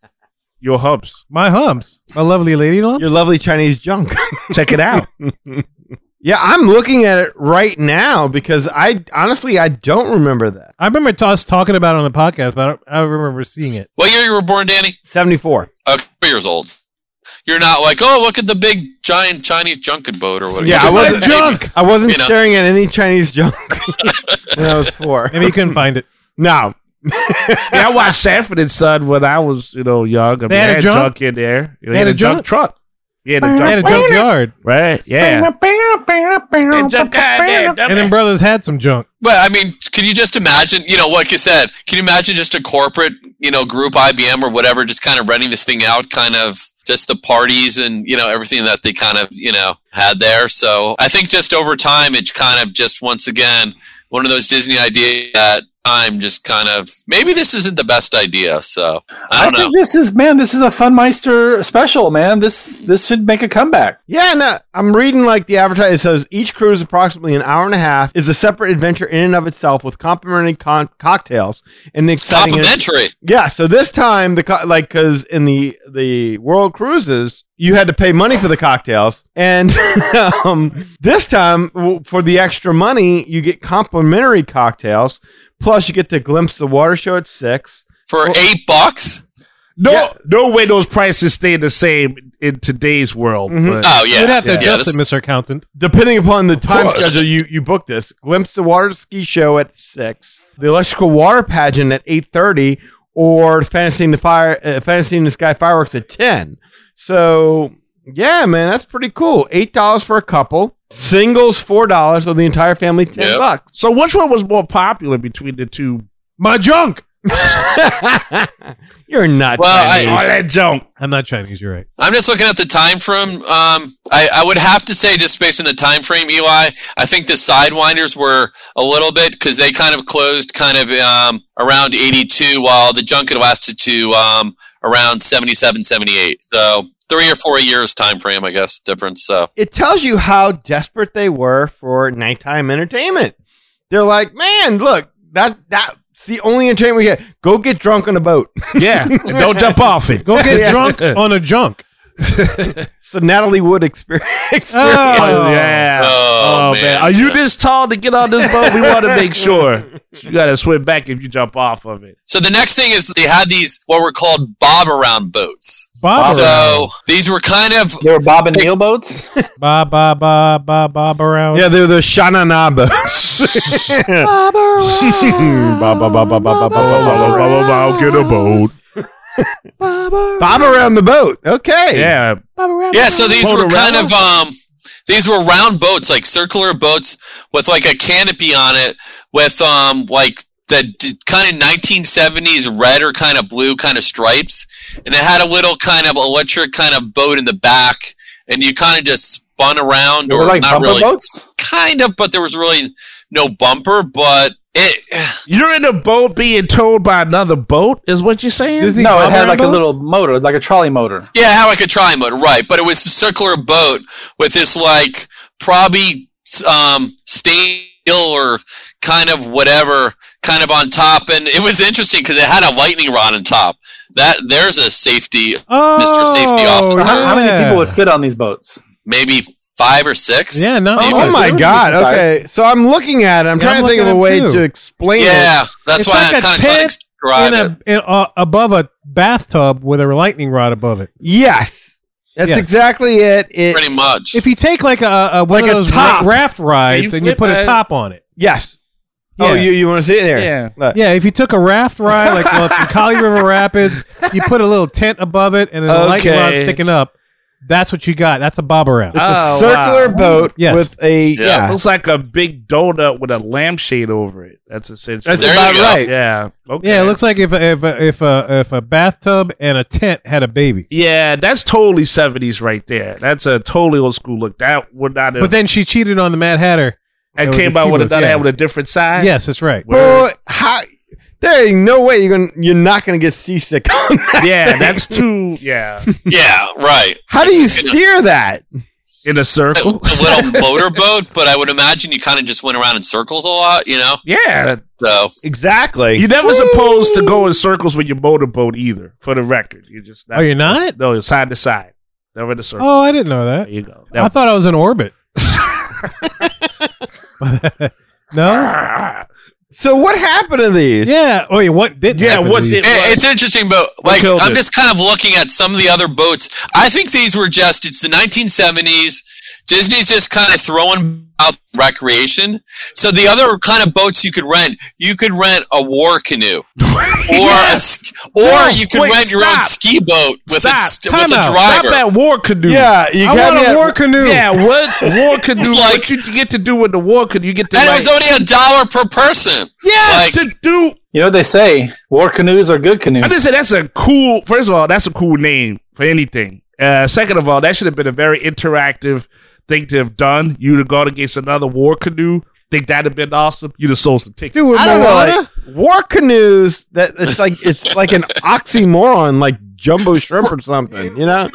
E: your hubs.
B: My humps. My lovely lady lumps.
C: Your lovely Chinese junk. <laughs>
E: Check it out.
C: yeah, I'm looking at it right now because I honestly I don't remember that.
B: I remember t- us talking about it on the podcast, but I, don't, I don't remember seeing it.
J: What year you were born, Danny?
C: Seventy four.
J: Uh, four years old. You're not like, oh, look at the big giant Chinese junket boat or whatever.
C: Yeah, I wasn't
J: junk.
C: I wasn't
J: You know.
C: staring at any Chinese junk <laughs> when I was four.
B: Maybe you couldn't find it.
C: No.
E: <laughs> yeah, I watched Sanford and Son when I was, you know, young. I mean,
B: They had a
E: had
B: junk?
E: junk in there. You
B: They
E: know, They
B: had
E: had
B: a
E: a junk
B: junk?
E: truck. Yeah, the
B: They had a
E: junk,
B: junk yard.
E: right? Yeah, They jump out there, jump
B: And then
E: out.
B: brothers had some junk.
J: But I mean, can you just imagine, you know, like you said, can you imagine just a corporate, you know, group IBM or whatever, just kind of running this thing out, kind of just the parties and, you know, everything that they kind of, you know, had there. So I think just over time, it's kind of just once again, one of those Disney ideas that I'm just kind of maybe this isn't the best idea. So
I: I,
J: I don't know.
I: think this is man. This is a Funmeister special, man. This this should make a comeback.
C: Yeah, no, I'm reading like the advertisement says each cruise, approximately an hour and a half, is a separate adventure in and of itself with complimentary con- cocktails and exciting.
J: Complimentary.
C: Yeah, so this time the co- like because in the the world cruises you had to pay money for the cocktails, and <laughs> um, this time w- for the extra money you get complimentary cocktails. Plus, you get to glimpse the water show at six.
J: For eight bucks?
E: No,
C: Yeah.
E: no way those prices stay the same in today's world.
C: Mhm.
E: But
J: Oh yeah.
B: You'd have to
J: yeah,
B: adjust
J: this-
B: it, Mr. Accountant.
C: Depending upon the time
J: course.
C: schedule you, you book this, glimpse the water ski show at six, the electrical water pageant at eight thirty, or fantasy in the fire, uh, fantasy in the sky fireworks at ten. So yeah, man, that's pretty cool. Eight dollars for a couple, singles four dollars, or the entire family ten
J: Yep.
C: bucks.
E: so which one was more popular between the two?
B: My junk.
C: <laughs> You're not.
J: Well,
E: All
J: I,
E: that junk.
B: I'm not Chinese. You're right.
J: I'm just looking at the time frame. Um, I, I would have to say, just based on the time frame, Eli, I think the Sidewinders were a little bit because they kind of closed kind of um, around 82, while the Junket lasted to um, around 77, 78. So three or four years time frame, I guess, difference. So
C: it tells you how desperate they were for nighttime entertainment. They're like, man, look, that that's the only entertainment we get. Go get drunk on a boat.
B: <laughs>
E: Yeah, don't jump off it.
B: Go get
C: <laughs> Yeah.
B: drunk on a junk.
C: <laughs> It's the Natalie Wood <laughs> experience.
B: Ah,
E: Oh, yeah.
J: Oh,
E: Oh,
J: man.
E: man. Are you this tall to get on this boat? We want to make sure. You got to swim back if you jump off of it.
J: So the next thing is they had these what were called bob around boats.
B: Bob.
J: So these were kind of
I: There were Bob and Neil boats.
B: Bob, Bob, Bob, Bob, Bob around.
C: Yeah, they're the
B: <laughs>
C: Shanana boats.
E: I'll get a boat.
C: Bob around the boat. Okay.
E: Yeah.
J: yeah.
I: <laughs>
J: So these
E: Boat
J: were kind
E: around?
J: of um, these were round boats, like circular boats with like a canopy on it, with um, like the d- kind of 1970s red or kind of blue kind of stripes, and it had a little kind of electric kind of boat in the back, and you kind of just spun around
I: They
J: or
I: were like
J: not
I: bumper
J: really,
I: boats.
J: kind of, but there was really no bumper, but. It,
E: You're in a boat being towed by another boat, is what you're saying?
B: Disney
I: No, it
B: Bob
I: had like a
B: around
I: little motor, like a trolley motor.
J: Yeah, how I could try mode, right? But it was a circular boat with this like probably um, steel or kind of whatever, kind of on top, and it was interesting because it had a lightning rod on top. That there's a safety, Mr. Safety
B: Oh,
J: Officer.
I: How, how many
B: yeah.
I: people would fit on these boats?
J: maybe five or six.
B: Yeah, not
J: Maybe.
B: much.
C: Oh my
I: They were
C: God.
I: decent size.
C: Okay. So I'm looking at it. I'm
B: Yeah,
C: trying
B: I'm
C: to think of a
B: looking
C: way
B: at it, too.
C: to explain it.
J: yeah, that's
B: It's
J: why
B: like
J: I
B: a
J: kind of trying to
B: tent
J: describe
B: in
J: it.
B: a, in, uh, above a bathtub with a lightning rod above it.
C: Yes. That's
B: Yes.
C: exactly it. It
J: Pretty much.
B: If you take like a, a one of
C: Like a
B: those
C: top.
B: ra- raft rides
E: you
B: and you
E: flip
B: put a
E: it.
B: top on it.
C: Yes. Oh,
B: Yeah.
C: you you want to see it here?
E: Yeah.
C: Look.
B: Yeah, if you took a raft ride like well, from Kali River Rapids, you put a little tent above it and then a lightning rod
E: Okay.
B: sticking up. That's what you got. That's a bob around.
C: It's
E: Oh,
C: a circular
E: wow.
C: boat
B: Yes.
C: with a
J: Yeah.
C: yeah.
E: Looks like a big donut with a lampshade over it. That's essentially.
C: That's
J: There
C: about
J: you go.
C: right.
E: yeah. Okay.
B: Yeah, it looks like if if if a if a bathtub and a tent had a baby.
E: Yeah, that's totally seventies right there. That's a totally old school look. That would not have.
B: But then she cheated on the Mad Hatter.
E: and
B: with
E: came
B: the
E: out with
B: kilos,
E: another
B: yeah.
E: hat with a different size.
B: Yes, that's right.
C: <laughs> Boy,
E: Word.
C: how, there ain't no way you're gonna you're not gonna get seasick on that.
E: yeah, that's too. Yeah,
J: yeah, right.
C: How do you
J: It's in a-
C: steer that?
E: in a
J: A,
E: circle.
J: a
B: <laughs>
J: little motorboat, but I would imagine you kind of just went around in circles a lot, you know.
E: Yeah,
J: So
C: Exactly.
E: you're never supposed to go in circles with your motorboat either. For the record, you're just.
B: Oh, you're not?
E: No, you're side to side. Never in a circle.
B: Oh, I didn't know
E: There
B: that.
E: you go.
B: I thought I was in orbit. <laughs> no.
E: That-
C: so what happened to these?
B: Yeah. Wait. What did?
E: Yeah,
B: happen to
E: what
B: these?
E: did-
J: It- it's interesting, but like
E: killed
J: I'm
E: it.
J: just kind of looking at some of the other boats. I think these were just it's the 1970s. Disney's just kind of throwing out recreation. So the other kind of boats you could rent, you could rent a war canoe, <laughs> or a s or
E: No,
J: you could
E: wait,
J: rent your own
E: stop.
J: ski boat with
E: Stop.
J: a st-
B: Time
J: with a
B: out.
E: Stop
J: driver.
E: that war canoe.
C: Yeah, you
B: I
C: got
B: want
C: me
B: a
C: at-
B: war canoe.
E: Yeah, what war canoe?
J: <laughs> Like-
E: what you get to do with the war canoe? You get to
J: And it
E: like,
J: was only a dollar per person.
E: yeah
J: like-
E: to do
I: You know what they say? War canoes are good canoes.
E: I just said that's a cool. First of all, that's a cool name for anything. Uh, second of all, that should have been a very interactive thing to have done. You'd have gone against another war canoe Think that'd have been awesome? You'd have sold some tickets.
C: Dude, with
E: I don't know.
C: Moana, war canoes. That it's like it's like an oxymoron, like jumbo shrimp or something. You know,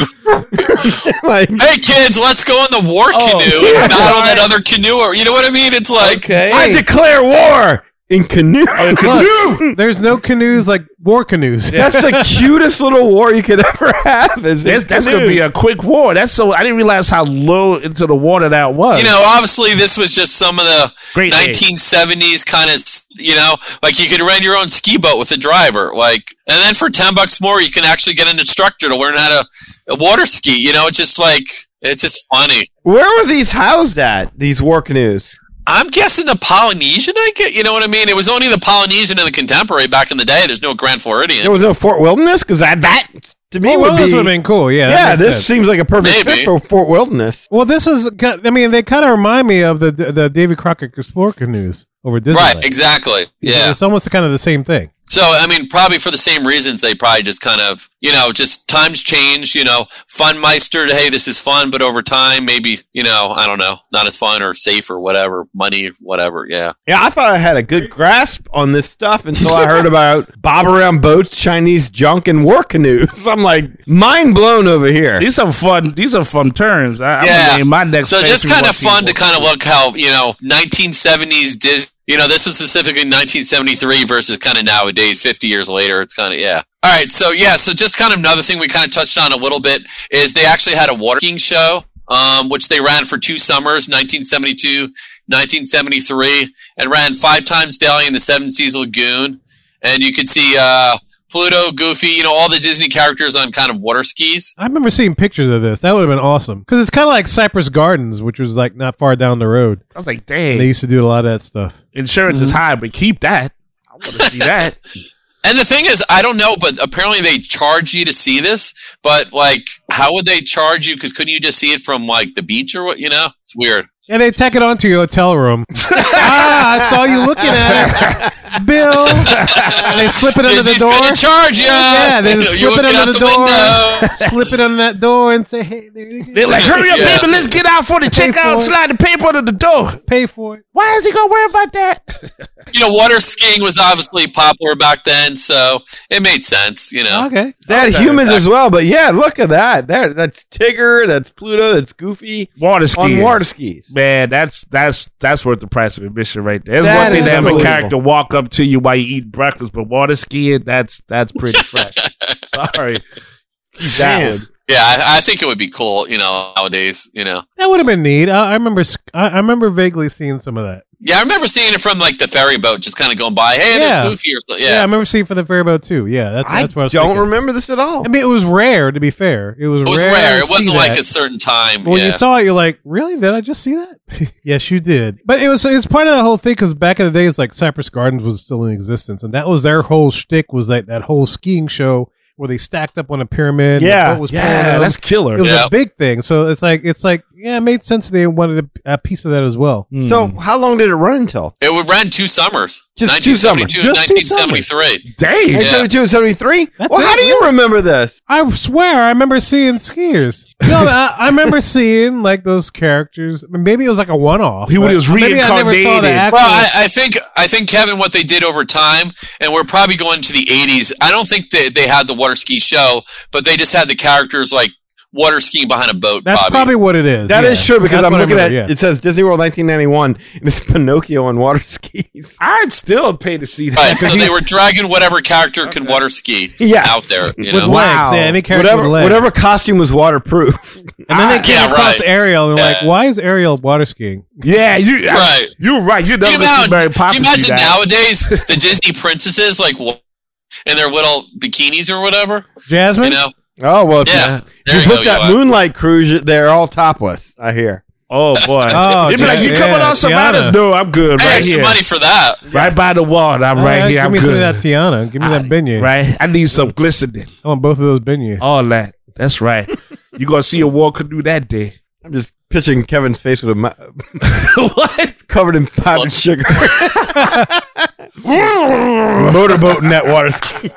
C: like
J: Hey kids, let's go on the war
E: Oh,
J: canoe
E: yeah,
J: and battle
E: sorry.
J: that other canoe. Or, you know what I mean? It's like
E: okay.
C: I declare war Oh, in canoe.
B: Look, there's no canoes like war canoes.
C: <laughs> That's
B: <laughs>
C: the cutest little war you could ever have. Is in
E: That's, that's gonna
C: canoes.
E: be a quick war. That's so I didn't realize how low into the water that was.
J: you know, obviously this was just some of the
E: great day.
J: 1970s kind of you know like you could rent your own ski boat with a driver like and then for 10 bucks more you can actually get an instructor to learn how to uh, water ski you know it's just like it's just funny
C: Where were these housed at? These war canoes.
J: i'm guessing the polynesian i get you know what i mean it was only the polynesian and the contemporary back in the day there's no grand floridian
C: There was no Fort Wilderness because that that to me
B: Fort
C: would
B: Wilderness
C: be.
B: would have been cool. Yeah. that
C: yeah,
B: makes
C: this
B: sense.
C: seems like a perfect
J: Maybe.
C: fit for Fort Wilderness.
B: Well, this is. ki- I mean, they kind of remind me of the the David Crockett Explorer canoes over Disney.
J: right exactly yeah
B: It's almost kind of the same thing.
J: So I mean, probably for the same reasons, they probably just kind of, you know, just times change. You know, fun meister. Hey, this is fun, but over time, maybe you know, I don't know, not as fun or safe or whatever, money, whatever. Yeah,
C: Yeah, I thought I had a good grasp on this stuff until I heard about <laughs> bob around boats, Chinese junk, and war canoes. <laughs> I'm like mind blown over here.
E: These are fun. These are fun terms. I, I'm
J: Yeah.
E: gonna name my next.
J: so just
E: pastry
J: kind
E: what
J: of fun to
E: people-
J: kind of look how you know 1970s Dis. You know, this was specifically 1973 versus kind of nowadays, 50 years later. It's kind of yeah. All right, so yeah, so just kind of another thing we kind of touched on a little bit is they actually had a water skiing show, um, which they ran for two summers, 1972, 1973, and ran five times daily in the Seven Seas Lagoon. And you could see uh, Pluto, Goofy, you know, all the Disney characters on kind of water skis.
B: I remember seeing pictures of this. That would have been awesome because it's kind of like Cypress Gardens, which was like not far down the road.
E: I was like, dang,
B: They used to do a lot of that stuff.
E: insurance
C: Mm-hmm.
E: is high, but keep that. I want to
J: <laughs>
E: see that.
J: And the thing is, I don't know, but apparently they charge you to see this. But like, how would they charge you? Because couldn't you just see it from like the beach or what? You know, it's weird.
B: And they tack it onto your hotel
C: <laughs>
B: room. ah, I saw you looking at it, Bill. And they slip it under
J: Because
B: the
J: he's gonna
B: door.
J: charge you.
B: Yeah, they
J: <laughs> You know,
B: slip
J: you
B: it
J: look
B: under
J: out
B: the door.
C: <laughs>
B: Slip it under that door and say, "Hey, there you go.
E: They're like, hurry up,
J: Yeah.
E: baby, let's get out for the
B: Pay for
E: checkout.
B: it.
E: Slide the paper under the door.
B: pay for it."
E: Why is he gonna worry about that?
J: you know, water skiing was obviously popular back then, so it made sense. You know,
B: Okay,
C: They had humans as well, but yeah, look at that. There, that's Tigger, that's Pluto, that's Goofy
E: Water skiing.
C: on water skis.
E: Man, that's that's that's worth the price of admission right there. It's
C: That
E: one thing
C: is
E: to have a
C: unbelievable.
E: character walk up to you while you eat breakfast, but water skiing, that's
J: <laughs>
E: that's pretty fresh. Sorry. Keep that
C: Man.
E: one.
J: yeah, I, I think it would be cool. You know, nowadays, you know.
B: that would have been neat. I, I remember. sc- I, I remember vaguely seeing some of that.
J: Yeah, I remember seeing it from like the ferry boat, just kind of going by. Hey,
B: Yeah.
J: there's Goofy or something.
B: Yeah, I remember seeing for the ferryboat too. Yeah, that's
C: I
B: that's what I was
C: don't
B: thinking.
C: remember this at all.
B: I mean, it was rare to be fair. It was,
J: it was
B: rare.
J: rare.
B: to
J: It
B: see
J: wasn't like
B: that.
J: a certain time.
B: But when
J: yeah.
B: you saw it, you're like, really? Did I just see that? <laughs> yes, you did. But it was it's part of the whole thing because back in the days, like Cypress Gardens was still in existence, and that was their whole shtick was like that whole skiing show where they stacked up on a pyramid. and
C: Yeah,
B: the boat was pulling
E: Yeah,
B: them.
E: that's killer.
B: it was
J: Yeah.
B: a big thing. So it's like it's like yeah, it made sense they wanted a, a piece of that as
E: Mm.
B: well.
C: So how long did it run until?
J: it would ran two summers.
C: Just two summers.
J: 1972
B: Just two summers.
J: 1973.
E: Dang.
J: Yeah.
C: 1972 and 73?
B: That's
C: Well, how
B: it,
C: do you remember this?
B: I swear, I remember seeing skiers. No, I, I remember seeing like those characters. I mean, Maybe it was like a one-off.
E: He
B: right?
E: was
B: Maybe I never saw the
E: reincarnated.
B: actual.
J: Well, I, I think I think Kevin, what they did over time, and we're probably going to the '80s. I don't think they they had the water ski show, but they just had the characters like water skiing behind a boat.
B: that's
J: probably.
B: probably what it is.
C: That is
B: yeah.
C: true because
B: That's
C: I'm
B: what I
C: looking
B: remember,
C: at
B: yeah.
C: it says Disney World 1991 and it's <laughs> Pinocchio on water skis.
E: I'd still pay to see
J: Right,
E: that.
J: so they were dragging whatever character can water ski
C: Yes.
J: out there. You
B: With
J: know?
B: legs, yeah, any character
C: whatever,
B: with legs.
C: whatever costume was waterproof. Ah,
B: And then they
C: <laughs>
B: came
J: yeah,
B: across
J: right.
B: Ariel and they're like,
J: Yeah.
B: why is Ariel water skiing?
E: yeah, you I-
J: Right.
E: you're right. You
J: Can
E: never
J: you
E: see
J: imagine,
E: Mary
J: can you
E: Poppins. do
J: imagine
E: that.
J: nowadays the Disney princesses like wa- in their little bikinis or whatever?
B: Jasmine?
J: You know?
C: Oh well, if
J: Yeah.
C: you, if
J: There you
C: you
J: go.
C: book that
J: you are.
C: moonlight cruise, they're all topless. I hear.
E: Oh boy.
J: <laughs>
B: Oh,
E: You'd be like,
B: yeah,
E: you coming
B: yeah,
E: on some
B: Tiana.
E: others? No, I'm good.
J: Pay
E: Right
J: extra
E: here.
J: money for that.
E: Right by the wall. and I'm
B: All right,
E: right, here.
B: Give
E: I'm
B: me some of
E: good.
B: that Tiana. Give me that beignet.
E: Right? Oh, I need some glistening.
B: I want both of those beignets.
E: All that. That's right. You're gonna see a war canoe that day.
C: I'm just picturing Kevin's face with a mu- <laughs>
E: what?
C: covered in powdered
B: <laughs>
C: sugar. Motorboat in that water ski.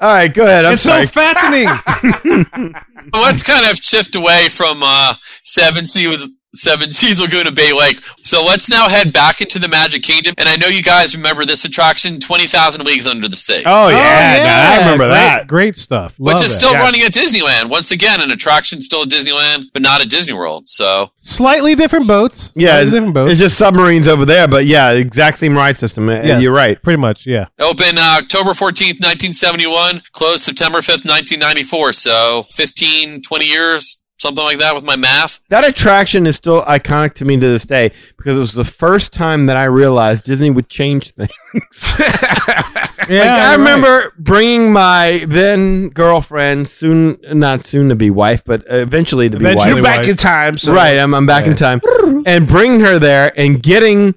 C: All right, go ahead. I'm
B: it's
C: sorry.
B: so <laughs> fattening.
J: Let's kind of shift away from uh, Seven Seas Seven <laughs> Seas Laguna Bay Lake. So let's now head back into the Magic Kingdom. And I know you guys remember this attraction, 20,000 Leagues Under the Sea.
C: Oh, yeah. no, I remember
B: great,
C: that.
B: Great stuff. Love
J: which is
B: that.
J: still running at Disneyland. Once again, an attraction still at Disneyland, but not at Disney World. So
B: slightly different boats.
C: Yeah,
B: Slightly
C: it's,
B: different boats.
C: it's just submarines over there, but yeah, exact same ride system. Uh,
B: Yes.
C: You're right.
B: Pretty much, yeah.
J: open uh, October 14th, 1971, closed September 5th, 1994. So 15, 20 years, something like that with my math.
C: That attraction is still iconic to me to this day because it was the first time that I realized Disney would change <laughs> things.
B: yeah
C: Like, I
B: you're right.
C: remember bringing my then girlfriend, soon not soon to be wife, but eventually to be
B: Eventually
C: wife.
E: You're back
B: wise.
E: in time. So.
C: Right, I'm, I'm back in time. And bringing her there and getting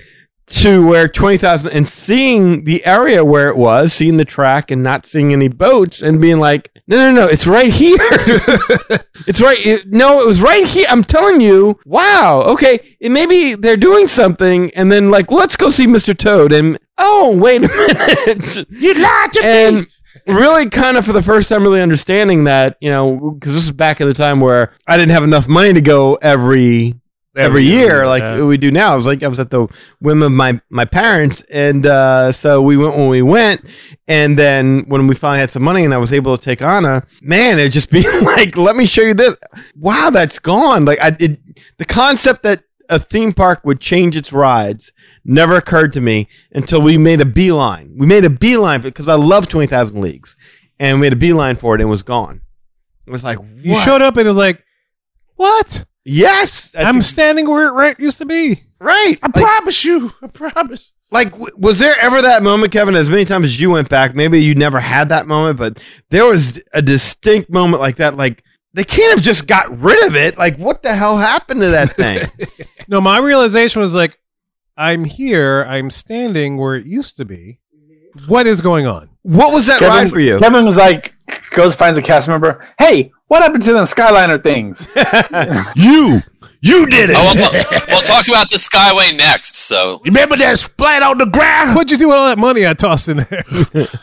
C: to where 20,000 and seeing the area where it was, seeing the track and not seeing any boats and being like, no, no, no, it's right here. it's right. it- no, it was right here. I'm telling you, wow, okay, it, maybe they're doing something. And then, like, let's go see Mr. Toad. And, oh, wait a minute.
D: You lied to me.
C: and really kind of for the first time really understanding that you know because this is back in the time where i didn't have enough money to go every every year like
E: yeah.
C: we do now i was like i was at the whim of my my parents and uh so we went when we went and then when we finally had some money and i was able to take anna man it just <laughs> being like let me show you this wow that's gone like i it, the concept that a theme park would change its rides never occurred to me until we made a beeline. We made a beeline because I love 20,000 Leagues. And we made a beeline for it and it was gone. It was like,
B: You
C: what?
B: showed up and it was like, what?
C: Yes! That's
B: I'm
C: ex-
B: standing where it right used to be.
C: right.
E: I promise you. I promise.
C: Like, w- was there ever that moment, Kevin, as many times as you went back, maybe you never had that moment, but there was a distinct moment like that. Like, they can't have just got rid of it. Like, what the hell happened to that
I: <laughs>
C: thing?
B: No, my realization was like, I'm here. I'm standing where it used to be. What is going on?
C: <clears throat> what was that
I: Kevin,
C: ride for you?
I: Kevin was like, goes finds a cast member. Hey, what happened to them Skyliner
C: <laughs>
I: things?
E: You. You did it.
J: Oh, we'll, we'll talk about the Skyway next. So
E: Remember that splat on the ground?
B: What'd you do with all that money I tossed in
C: <laughs>
B: there?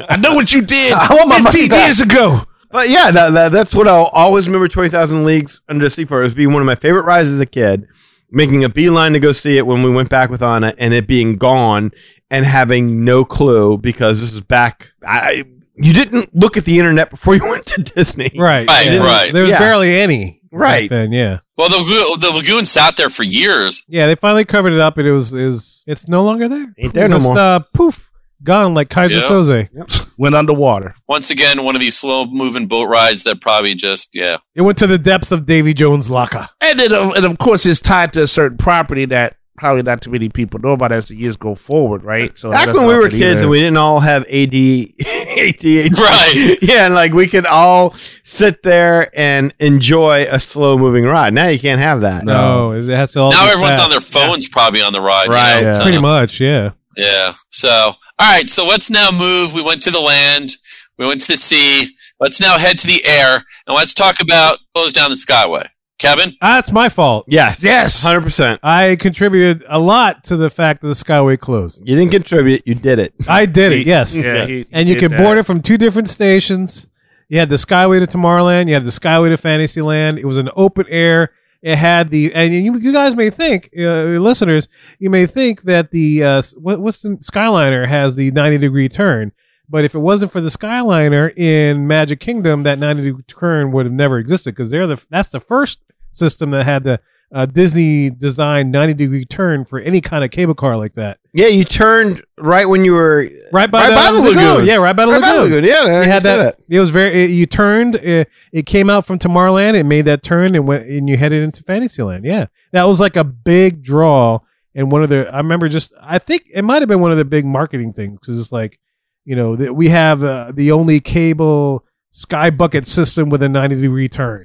E: I know what you did
I: I want my money
E: 15
I: back.
E: years ago.
C: But yeah, that, that, that's what I'll always remember 20,000 Leagues Under the Sea for. It was being one of my favorite rides as a kid, making a beeline to go see it when we went back with Anna and it being gone and having no clue because this is back. I, you didn't look at the internet before you <laughs> went to Disney.
B: right.
J: Right,
B: yeah.
J: right.
B: There was
C: Yeah.
B: barely any. back
C: Right.
B: Then, yeah.
J: well, the lagoon, the lagoon sat there for years.
B: Yeah, they finally covered it up and it was, is it's no longer there.
C: Ain't there no
B: Just,
C: more.
B: Uh, poof. Gone like Kaiser
J: Yeah.
B: Soze.
E: Went underwater.
J: Once again, one of these slow moving boat rides that probably just yeah.
B: It went to the depths of Davy Jones' locker.
E: And it, and of course, it's tied to a certain property that probably not too many people know about as the years go forward, right? So
C: Back
E: that's
C: when we
E: not
C: were
E: good
C: kids
E: either.
C: and we didn't all have AD, <laughs> ADHD.
J: Right.
C: <laughs> Yeah, and like we could all sit there and enjoy a slow moving ride. Now you can't have that.
B: No, it has to all
J: now
B: be
J: everyone's
B: fast.
J: on their phones probably on the ride.
C: Right,
J: You know?
E: yeah.
B: Pretty much, yeah.
J: Yeah. So, all right. So let's now move. We went to the land. We went to the sea. Let's now head to the air and let's talk about close down the Skyway. Kevin,
B: Ah, it's my fault.
C: Yes.
E: Yes.
C: 100%.
B: I contributed a lot to the fact that the Skyway closed.
C: You didn't contribute. You did it.
B: I did it, yes.
E: Yeah, he-
B: and
E: he
B: you
E: did
B: could
E: that.
B: board it from two different stations. You had the Skyway to Tomorrowland. You had the Skyway to Fantasyland. It was an open air. It had the and you, you guys may think, uh, listeners, you may think that the uh, what, what's the Skyliner has the ninety degree turn, but if it wasn't for the Skyliner in Magic Kingdom, that ninety degree turn would have never existed because they're the that's the first system that had the uh, Disney designed ninety degree turn for any kind of cable car like that.
C: Yeah, you turned right when you were
B: Right by,
C: Right
B: the,
C: by the lagoon.
B: yeah, right by the
C: right by the
B: lagoon.
C: lagoon. Yeah, I
B: It had
C: said
B: that, It was very. It, you turned. It, it came out from Tomorrowland. It made that turn and went, and you headed into Fantasyland. Yeah, that was like a big draw. And one of the, I remember just, I think it might have been one of the big marketing things because it's like, you know, that we have uh, the only cable sky bucket system with a ninety degree
C: <laughs>
B: turn.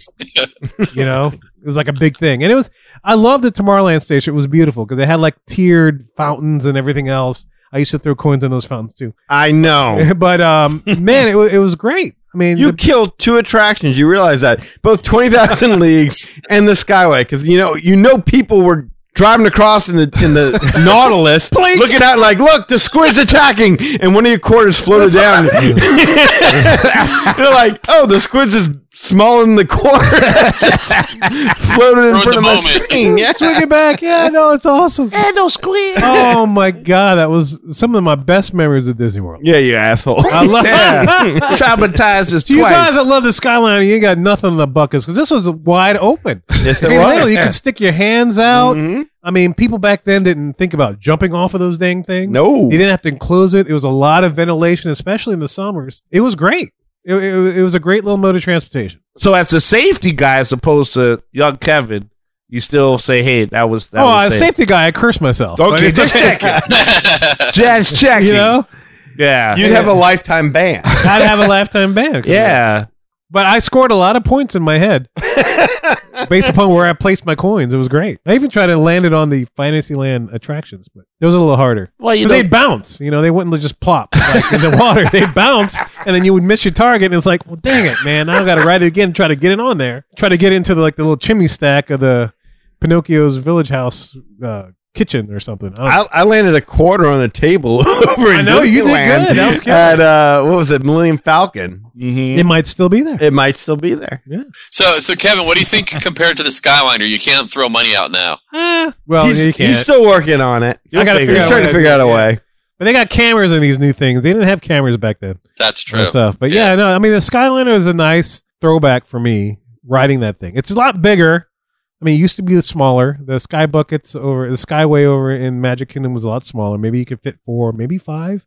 B: you know, it was like a big thing, and it was. I loved the Tomorrowland station. It was beautiful because they had like tiered fountains and everything else. I used to throw coins in those fountains too. <laughs>
C: I know.
B: but um, man, it, wa- it was great. I mean,
C: You
B: the-
C: killed two attractions. You realize that both Twenty
B: <laughs>
C: Thousand Leagues and the Skyway, because you know you know people were driving across in the in the
B: <laughs>
C: Nautilus, looking out like, look, the squid's attacking, <laughs>
B: <laughs>
C: and one of your quarters floated down. You're like, oh, the squid's is small in the corner, <laughs> floated in
J: Ruined
C: front
J: the
C: of my
J: moment.
C: screen. <laughs> Yeah.
B: Swing it back. Yeah, no, it's awesome.
C: <laughs>
E: And no squeal.
B: Oh my god, that was some of my best memories of Disney World.
C: <laughs> yeah, you asshole.
B: I love
E: Damn.
C: <laughs>
E: Traumatized us
B: To <laughs> you guys
E: twice.
B: that love the skyline, you ain't got nothing in the buckets because this was wide open.
C: Yes,
B: I
C: it
B: mean,
C: was.
B: literally, <laughs> you could stick your hands out.
C: Mhm.
B: I mean, people back then didn't think about jumping off of those dang things.
C: No.
B: You didn't have to enclose it. It was a lot of ventilation, especially in the summers. It was great. It, it, it was a great little mode of transportation.
E: so as a safety guy, as opposed to young Kevin, you still say, "Hey, that was that
B: oh,
E: was
B: a <laughs>
E: safe."
B: safety guy, I cursed myself. But
C: <laughs>
E: Okay,
B: it's
E: just checking. <laughs> just checking.
B: You know,
E: Yeah.
C: You'd have a lifetime ban.
B: I'd have a lifetime ban.
E: <laughs> yeah.
B: But I scored a lot of points in my head based upon where I placed my coins. It was great. I even tried to land it on the Fantasyland attractions, but it was a little harder.
E: Well,
B: But
E: you know,
B: they'd bounce. You know, they wouldn't just plop like, in the water. They'd bounce, and then you would miss your target. And it's like, well, dang it, man! Now I've got to ride it again. Try to get it on there. Try to get into the, like the little chimney stack of the Pinocchio's village house uh, kitchen or something. I, don't
C: <laughs> I, I landed a quarter on the table <laughs> over in
B: I know, you did
C: Disneyland
B: good. That was good. Mm-hmm.
C: At uh, what was it, Millennium Falcon?
E: mhm.
B: it might still be there.
C: It might still be there.
J: so, so Kevin, what do you think compared to the Skyliner? You can't throw money out now.
B: Eh, well,
C: he's,
B: yeah, you can't.
C: he's still working on it.
B: I gotta figure
C: He's
B: out
C: trying
B: what
C: to
B: I
C: figure out a
B: do.
C: way.
B: But they got cameras in these new things. They didn't have cameras back then.
J: That's
B: and
J: true.
B: stuff. But yeah. no, I mean the Skyliner is a nice throwback for me riding that thing. It's a lot bigger. I mean, it used to be smaller. The Sky Buckets over the Skyway over in Magic Kingdom was a lot smaller. Maybe you could fit four, maybe five,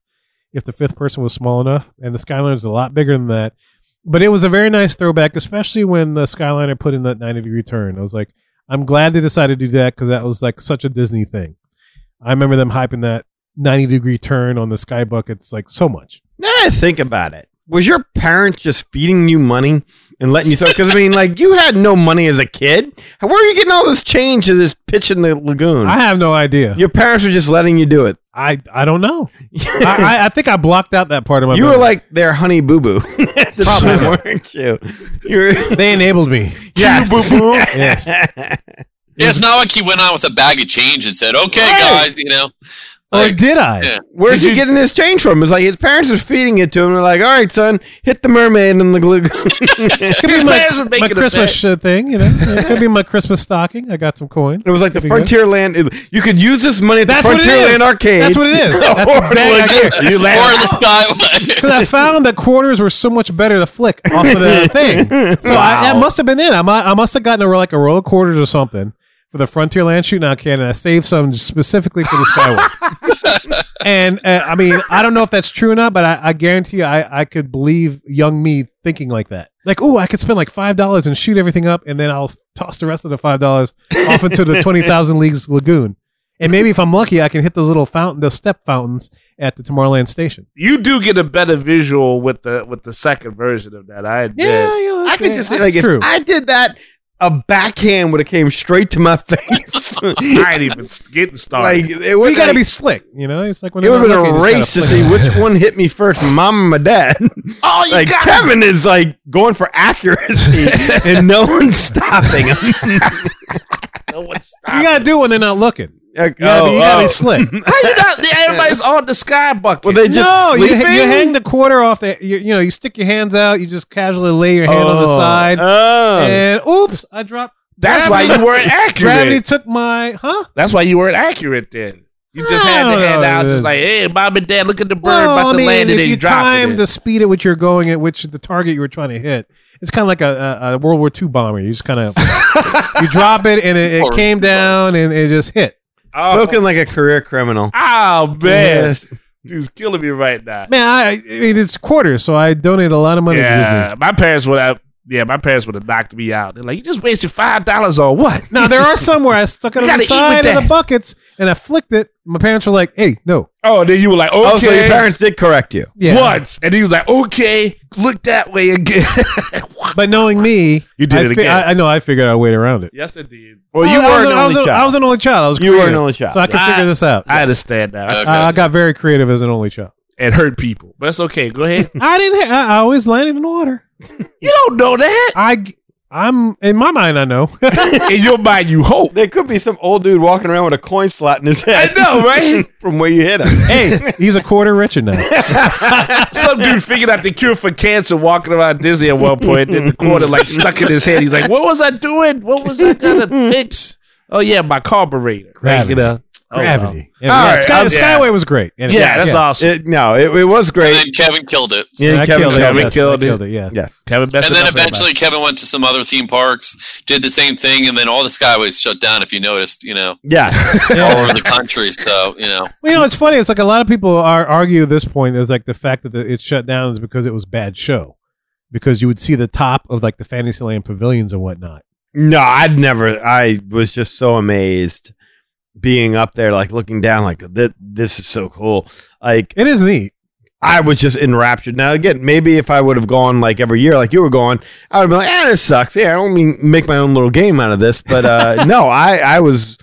B: if the fifth person was small enough. And the Skyliner is a lot bigger than that. But it was a very nice throwback, especially when the Skyliner put in that 90 degree turn. I was like, I'm glad they decided to do that because that was like such a Disney thing. I remember them hyping that 90 degree turn on the Sky Buckets like so much.
C: Now that I think about it, was your parents just feeding you money and letting you throw? Because
B: <laughs>
C: I mean, like you had no money as a kid. Where are you getting all this change to this pitch in the lagoon?
B: I have no idea.
C: your parents were just letting you do it.
B: I I don't
C: <laughs>
B: know. I, I, I think I blocked out that part of my.
C: you were
B: memory.
C: like their honey boo boo. <laughs> Probably <laughs> weren't you?
B: <laughs>
C: You were
B: they enabled me.
C: yes. boo boo.
B: Yes.
J: Yeah, it's not like he went out with a bag of change and said, "Okay, guys, you know."
B: Or
J: Like,
B: did I?
J: yeah.
C: <laughs> Where's he getting this change from? It's like his parents are feeding it to him. They're like, "All right, son, hit the mermaid in
B: <laughs>
C: the lagoon."
B: It could be
E: Players
B: my,
E: would
B: my
E: make it a
B: Christmas uh, thing.
C: <laughs>
B: You know, it could be my Christmas stocking. I got some coins.
C: It was like the
B: Pretty good.
C: Frontierland. You could use this money at
B: That's
C: the
B: what it is.
C: Frontierland arcade.
B: That's what it
C: <laughs>
B: is. That's
C: Or
B: exactly
C: like-
B: it.
J: or the skyway.
B: Because I found that quarters were so much better to flick off of the thing. So I, that must have been it. I, might, I must have gotten a, like a roll of quarters or something for the Frontierland shootout can, and I saved some specifically for the Skyway. and uh, I mean, I don't know if that's true or not, but I, I guarantee you, I, I could believe young me thinking like that. Like, oh, I could spend like five dollars and shoot everything up, and then I'll toss the rest of the five dollars off into the twenty thousand leagues lagoon. And maybe if I'm lucky, I can hit those little fountain, those step fountains at the Tomorrowland station.
E: you do get a better visual with the with the second version of that. I admit.
B: Yeah, you know,
C: I
B: that's-
C: could just
B: that's
C: like if
B: true.
C: I did that, a backhand would have came straight to
B: <laughs>
C: my <laughs> face.
E: I ain't even getting
C: like
E: started.
C: it
B: Well,
C: would
B: you got to be slick, you know. It's like when
C: It
B: they're
C: would have
B: not
C: been a
B: looking, you
C: race
B: just
C: to
B: gotta
C: see
B: flick.
C: which one hit me first, mom or dad.
E: oh, you
C: Like
E: got
C: Kevin is like going for
E: <laughs>
C: accuracy, and no one's stopping him.
E: no one stopped.
B: You got to do it when they're not looking.
C: Like,
B: You got to
C: oh,
B: be, you gotta be
C: oh.
B: slick.
E: How you not? Everybody's on the sky bucket.
C: Were <laughs> they just
B: no, you,
C: sleeping?
B: ha- you hang the quarter off. The, you, you know, you stick your hands out. You just casually lay your hand on the
C: Oh,
B: side,
C: oh.
B: and oops, I dropped.
E: That's why you weren't
B: Gravity
E: accurate.
B: took my huh?
E: That's why you weren't accurate then. You just had
B: I
E: to
B: don't
E: hand
B: know,
E: out,
B: dude.
E: just like, hey, mom and dad, look at the bird
B: Well,
E: about
B: I
E: to land
B: mean,
E: it
B: if
E: and
B: you
E: drop it.
B: time
E: in.
B: the speed at which you're going, at which the target you were trying to hit, it's kind of like a, a, a World War II bomber. You just kind
C: <laughs>
B: of you drop it, and it, it
J: Or-
B: came down, and it just hit.
E: oh,
C: Spoken like a career criminal.
E: oh, man,
C: Yes.
E: dude's killing me right now.
B: Man, I, I mean, it's quarters, so I donate a lot of money to Disney.
E: Yeah, my parents would have. Yeah, my parents would have knocked me out. They're like, you just wasted five dollars on what?
B: Now there are some where I stuck it on
E: <laughs> You gotta
B: the
E: eat
B: side
E: with
B: of the
E: that.
B: buckets and I flicked it. My parents were like, "Hey, no,
E: Oh, then you were like, okay.
C: <laughs> Oh, so your parents did correct you.
B: yeah."
E: once, and he was like, "Okay, look that way again." <laughs>
B: But knowing me,
E: You did
B: I
E: it again.
B: I, I know I figured out a way around it.
E: yes, indeed.
C: Well, you
B: I was
C: were an
B: I was
C: only
B: I was
C: child.
B: an only child. I was
C: You were an
B: creative,
C: only child.
B: so I could
E: I-
B: figure this out.
E: I understand
J: <laughs>
E: that,
J: Okay.
B: I, I got very creative as an only child.
E: and hurt people, <laughs> but it's okay. Go ahead.
B: I didn't. Ha- I, I always landed in the water.
E: you don't know that.
B: I g- I'm in my mind. I know. <laughs>
E: In your mind, you hope.
C: There could be some old dude walking around with a coin slot in his head.
E: <laughs> I know, <laughs> right?
C: From where you hit <laughs> him.
B: hey, he's a quarter richer now.
C: <laughs>
E: Some dude figured out the cure for cancer walking around Disney at one point, and the quarter like stuck in his head. He's like, "What was I doing? What was I
C: <laughs>
E: gonna fix? Oh yeah, my carburetor. Right,
B: Gravity.
E: you know, Oh, well.
B: Gravity. Yeah,
E: All
B: yeah,
E: right,
B: Sky-
E: um,
B: Skyway was great. And-
E: Yeah, that's awesome.
C: It- no, it, it was
J: And
C: great.
J: then Kevin killed it.
C: Yeah,
B: Yeah,
C: Kevin
B: Kevin, killed,
E: Kevin
B: it. Yes,
E: killed
B: I
E: it.
B: killed it. Yes.
C: Yes.
E: Kevin messed
J: and
E: it
J: then
E: up for everybody.
J: eventually Kevin went to some other theme parks, did the same thing, and then all the skyways shut down. If you noticed, you know,
C: Yeah.
J: all over the country. So you know,
B: Well, you know, it's funny. It's like a lot of people are argue this point is like the fact that the, it shut down is because it was bad show, because you would see the top of like the Fantasyland pavilions and whatnot.
C: No, I'd never. I was just so amazed being up there, like looking down, like this, this is so cool. Like
B: It is neat.
C: I was just enraptured. Now again, maybe if I would have gone like every year, like you were going, I would have been like, ah, this sucks. Yeah, I don't mean make my own little game out of this, but uh, no, I I was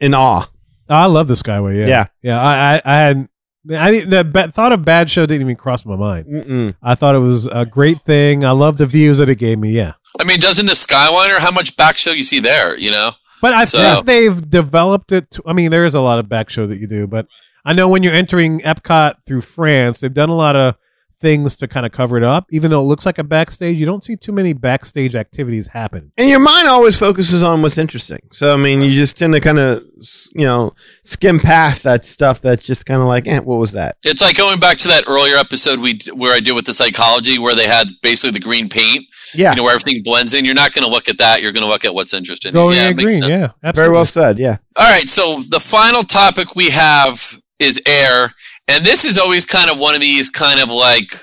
C: in awe.
B: Oh, I love the Skyway. Yeah,
C: Yeah.
B: yeah. I, I, I had, I didn't. The ba- thought of bad show didn't even cross my mind.
C: Mm-mm.
B: I thought it was a great thing. I love the views that it gave me. Yeah,
J: I mean, doesn't the Skyliner? How much back show you see there? You know,
B: but I
J: So-
B: think they've developed it. To, I mean, there is a lot of back show that you do, but I know when you're entering Epcot through France, they've done a lot of things to kind of cover it up. Even though it looks like a backstage, you don't see too many backstage activities happen.
C: And your mind always focuses on what's interesting. So I mean, you just tend to kind of you know skim past that stuff that's just kind of like, eh, what was that?
J: it's like going back to that earlier episode we d- where I did with the psychology, where they had basically the green paint.
C: Yeah,
J: You know, where everything blends in. You're not going to look at that. You're going to look at what's interesting.
B: Going
J: yeah,
B: yeah,
J: it makes
B: green,
J: sense.
B: yeah, absolutely.
C: very well said. Yeah.
J: All right, so the final topic we have is air, and this is always kind of one of these kind of like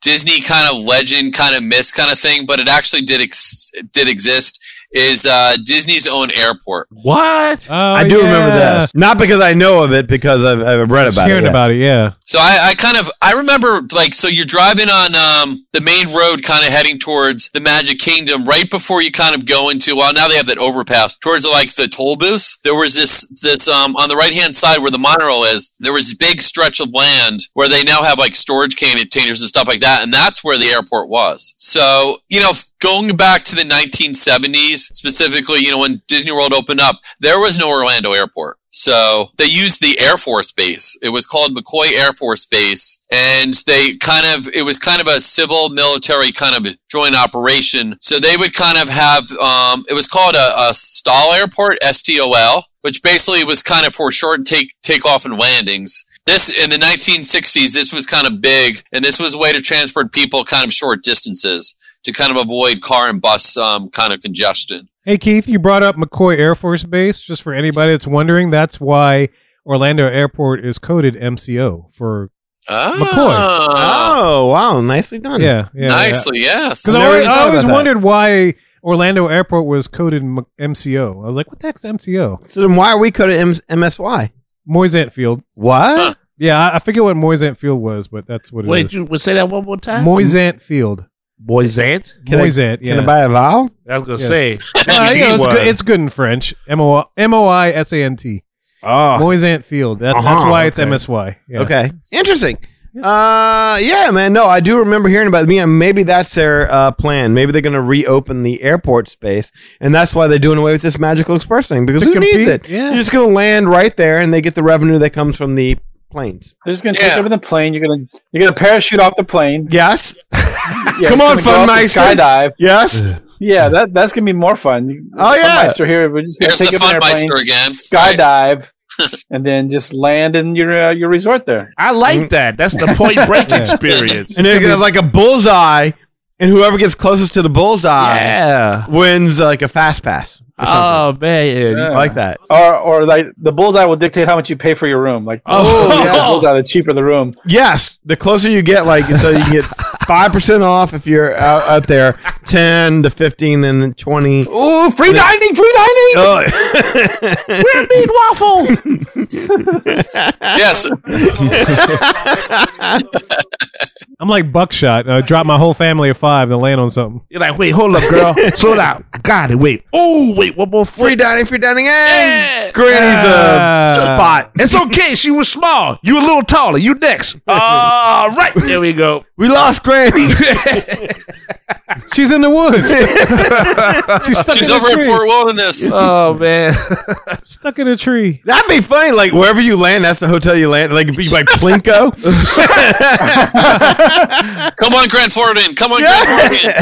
J: Disney kind of legend, kind of myth, kind of thing, but it actually did ex- did exist. Is uh, Disney's own airport?
E: What?
B: Oh,
C: I do remember
B: yeah.
C: this. Not because I know of it, because I've, I've read
B: Just
C: about
B: hearing
C: it. yeah.
B: about it, yeah.
J: So I, I kind of I remember like so you're driving on um, the main road, kind of heading towards the Magic Kingdom, right before you kind of go into well now they have that overpass towards like the toll booths. There was this this um, on the right hand side where the monorail is. There was this big stretch of land where they now have like storage containers and stuff like that, and that's where the airport was. So you know going back to the 1970s, specifically, you know, when Disney World opened up, there was no Orlando airport. So they used the Air Force Base. It was called McCoy Air Force Base. And they kind of, it was kind of a civil military kind of joint operation. So they would kind of have, um, it was called a, a stall airport, STOL, which basically was kind of for short take, takeoff and landings this in the 1960s this was kind of big and this was a way to transport people kind of short distances to kind of avoid car and bus um, kind of congestion
B: Hey Keith, you brought up McCoy Air Force Base. Just for anybody that's wondering, that's why Orlando Airport is coded MCO for
J: oh,
C: Oh, wow. Nicely
J: Hmm.
C: done.
B: yeah, Ah, yeah.
J: nicely yes
B: Because I
C: Never
B: always,
C: even
B: I
C: thought
B: always
C: about that.
B: wondered why Orlando Airport was coded M- MCO. I was like, what the heck's MCO?
C: So then why are we coded M- MSY?
B: Moyes Ant Field.
C: What?
J: Huh.
B: <gasps> Yeah, I, I forget what Moyes Ant Field was, but that's what it is.
E: Wait, you would say that one more time?
B: Moyes Ant Field.
E: Moisant?
C: Can I-
B: Moyes Ant, yeah.
C: Can I buy a vowel?
E: I was gonna
B: Yes.
E: <laughs> say.
B: Uh, you know, it's,
E: One.
B: good, it's good in French. M O I S A N T.
C: Oh,
B: Moyes Ant Field. That's, that's
C: Uh-huh,
B: why it's
C: okay.
B: MSY. Yeah.
C: okay. Interesting. Uh, yeah, man. No, I do remember hearing about it. Yeah, maybe that's their uh, plan. Maybe they're going to reopen the airport space, and that's why they're doing away with this magical express thing because
B: To
C: who needs
B: compete,
C: it?
B: yeah.
C: You're just going to land right there, and they get the revenue that comes from the planes.
I: They're just gonna
J: Yeah.
I: take over the plane. You're gonna you're gonna parachute off
C: <laughs>
I: the plane.
C: Yes.
I: Yeah,
C: Come
I: you're
C: on,
I: gonna go up and
C: Funmeister.
I: Skydive.
C: Yes.
I: Yeah, that that's gonna be more fun. You-
C: Oh, yeah.
I: Funmeister here. We're just gonna
J: there's the
I: take over an airplane,
J: funmeister again Right.
E: <laughs>
I: skydive, and then just land in your uh, your resort there.
E: I like that. That's the point
C: <laughs>
E: break
B: Yeah.
E: Mm. experience.
C: and they're gonna have like a bullseye, and whoever gets closest to the bullseye
E: yeah.
C: wins like a fast pass. Or something.
E: Oh man.
I: Yeah.
C: I like that.
I: or or like the bullseye will dictate how much you pay for your room. Like
C: Oh,
I: the bigger the
C: yeah.
I: bullseye, the cheaper the room.
C: Yes, the closer you get, like so you can get five percent off if you're out, out there, ten to fifteen, and then twenty.
I: Ooh, free dining, free dining.
C: Oh. <laughs>
J: yes
B: I'm like Buckshot. I dropped my whole family of five and land on something.
E: You're like, wait, hold up, <laughs> girl. Slow down. Got it. Wait. Oh, wait, one more
C: free
E: foot.
C: dining, free dining, and uh, Granny's
B: Yeah.
C: a spot.
E: Uh, It's okay. She was small. You a little taller. You <laughs> next. All right. There we go.
C: We lost Granny.
B: She's in the
C: <laughs>
B: woods. <laughs> She's <laughs> stuck
J: She's
B: in
J: over
B: a tree.
J: at
B: <laughs>
J: Fort Wilderness.
E: <laughs> Oh man,
B: stuck in a tree.
C: <laughs> That'd be funny. Like wherever you land, that's the hotel you land. Like it'd be like
E: <laughs>
C: Plinko. <laughs>
J: Come on, Grand Floridian. Come on, Grand Floridian.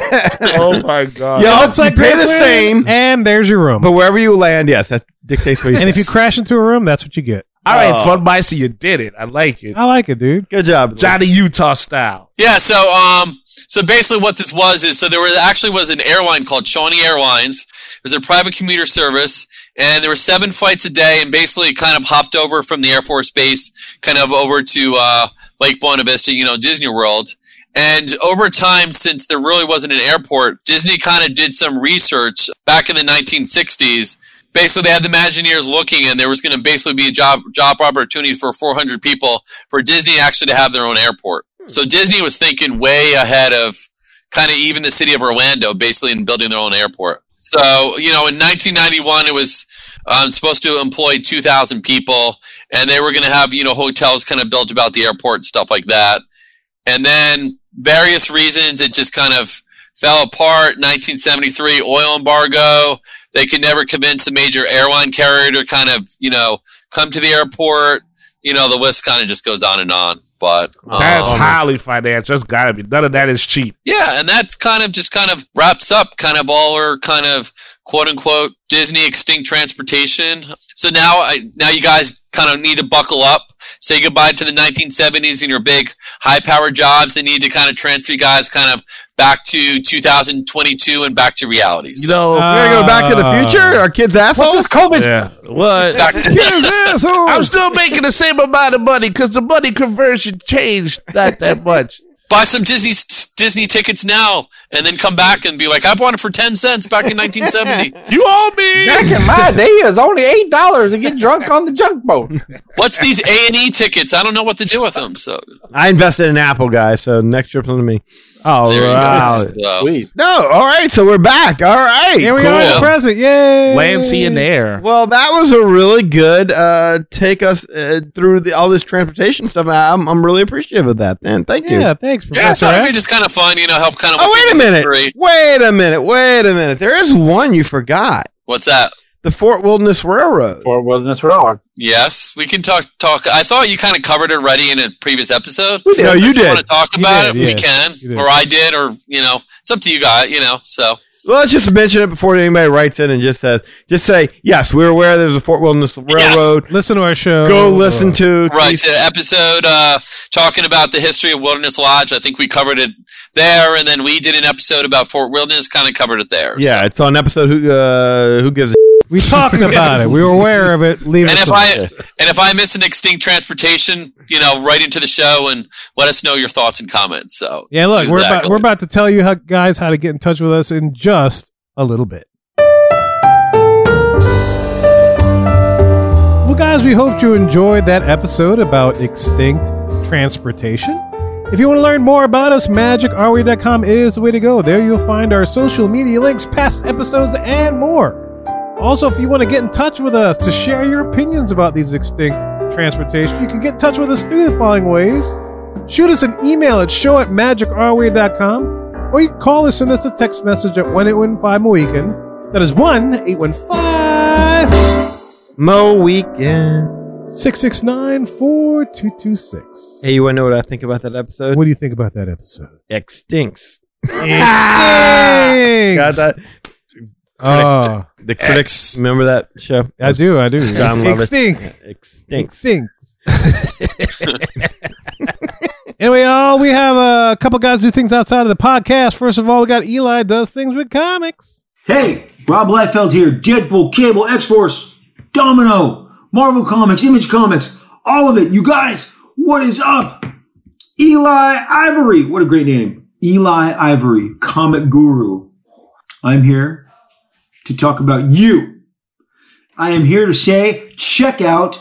E: oh my god.
C: Y'all
B: It's like
C: pay the
B: Grand Floridian,
C: same,
B: And there's your room.
C: but wherever you land, yes, that dictates where you.
B: and if you crash into a room, that's what you get.
E: All right,
C: Oh.
E: fun Bison, you did it. I like it.
B: I like it, dude.
C: good job,
E: Johnny Utah style.
J: Yeah, so um, so basically what this was is so there was actually was an airline called Shawnee Airlines. It was a private commuter service, and there were seven flights a day, and basically it kind of hopped over from the Air Force Base, kind of over to uh, Lake Buena Vista, you know, Disney World. And over time, since there really wasn't an airport, Disney kind of did some research back in the 1960s. Basically, they had the Imagineers looking, and there was going to basically be a job job opportunity for 400 people for Disney actually to have their own airport. So Disney was thinking way ahead of kind of even the city of Orlando, basically in building their own airport. So you know, in 1991, it was um, supposed to employ 2,000 people, and they were going to have you know hotels kind of built about the airport and stuff like that. And then various reasons, it just kind of fell apart. 1973 oil embargo. They could never convince a major airline carrier to kind of you know come to the airport. You know, the list kind of just goes on and on. But um,
E: That's highly financial. That's gotta be. None of that is cheap.
J: yeah, and that's kind of just kind of wraps up kind of all our kind of quote unquote Disney extinct transportation. So now I now you guys kind of need to buckle up, say goodbye to the 1970s and your big high power jobs. They need to kind of transfer you guys kind of back to 2022 and back to realities.
E: You know.
C: We're gonna go back to the
B: Uh,
C: future. Our kids
I: What's
C: assholes.
I: this COVID?
E: Uh, yeah. What?
B: <laughs>
J: back to
E: <laughs>
C: <laughs>
E: I'm still making the same amount of money because the money conversion changed not that much.
J: buy some Disney Disney tickets now, and then come back and be like, I bought it for 10 cents back in 1970.
E: You owe me.
I: Back in my day, it was only eight dollars to get drunk on the junk boat.
E: <laughs>
J: What's these A and E tickets? I don't know what to do with them. So
C: I invested in Apple, guys. So next trip's on to me. Oh
J: there you go.
C: wow.
J: So-
I: Sweet.
C: No, all right. So we're back. All right.
B: Here we are in the
J: Cool.
B: present. Yay.
E: Lancy in there.
C: Well, that was a really good uh, take us uh, through the, all this transportation stuff. I- I'm, I'm really appreciative of that, man. Thank you.
B: Oh, Yeah, thanks,
J: Yeah, it's
B: Professor.
J: thought it'd be
B: X.
J: just kind of fun, you know, help kind of.
C: Oh, wait a minute.
J: Three.
C: Wait a minute. Wait a minute. There is one you forgot
J: What's that?
C: the Fort Wilderness Railroad.
I: Or wilderness road.
J: Yes, we can talk. Talk. I thought you kind of covered it already in a previous episode.
C: No, you
J: If you
C: did.
J: want to talk
B: You
J: about
B: did,
J: it?
B: yeah.
J: We can,
B: You did.
J: or I did, or you know, it's up to you guys. You know, so
C: Well, let's just mention it before anybody writes in and just says, just say, yes, we're aware there's a Fort Wilderness Railroad.
B: Listen to our show.
C: Go listen to.
J: right to episode uh, talking about the history of Wilderness Lodge. I think we covered it there, and then we did an episode about Fort Wilderness, kind of covered it there. so.
C: Yeah, it's on episode who uh, who gives a
B: We talking
C: <laughs>
B: about it. We were aware of it. Leave
J: And
B: us
J: if
B: alone.
J: I and if I miss an extinct transportation, you know, right into the show and let us know your thoughts and comments. So
B: Yeah, look, we're about,
J: Exactly.
B: we're about to tell you how, guys how to get in touch with us in just a little bit. Well, guys, we hope you enjoyed that episode about extinct transportation. If you want to learn more about us, magicarway.com is the way to go. There you'll find our social media links, past episodes, and more. Also, if you want to get in touch with us to share your opinions about these extinct transportation, you can get in touch with us through the following ways. Shoot us an email at show at magicarway.com or you can call or send us a text message at 1 815 weekend. That is 1 815
C: Mo weekend.
B: 669 4226.
C: Hey, you want to know what I think about that episode?
B: What do you think about that episode?
C: Extincts.
B: Thanks.
C: Ah! Got that?
B: Oh,
C: The critics. Remember that show?
B: I do, I do.
C: John Lovitz.
B: Extinct.
C: Extincts.
B: Extinct.
C: <laughs>
B: anyway, all we have a couple guys do things outside of the podcast. First of all, we got Eli does things with comics.
K: Hey, Rob Liefeld here. Deadpool, Cable, X Force, Domino, Marvel Comics, Image Comics, all of it. You guys, what is up? Eli Ivory. What a great name. Eli Ivory, comic guru. I'm here to talk about you. I am here to say check out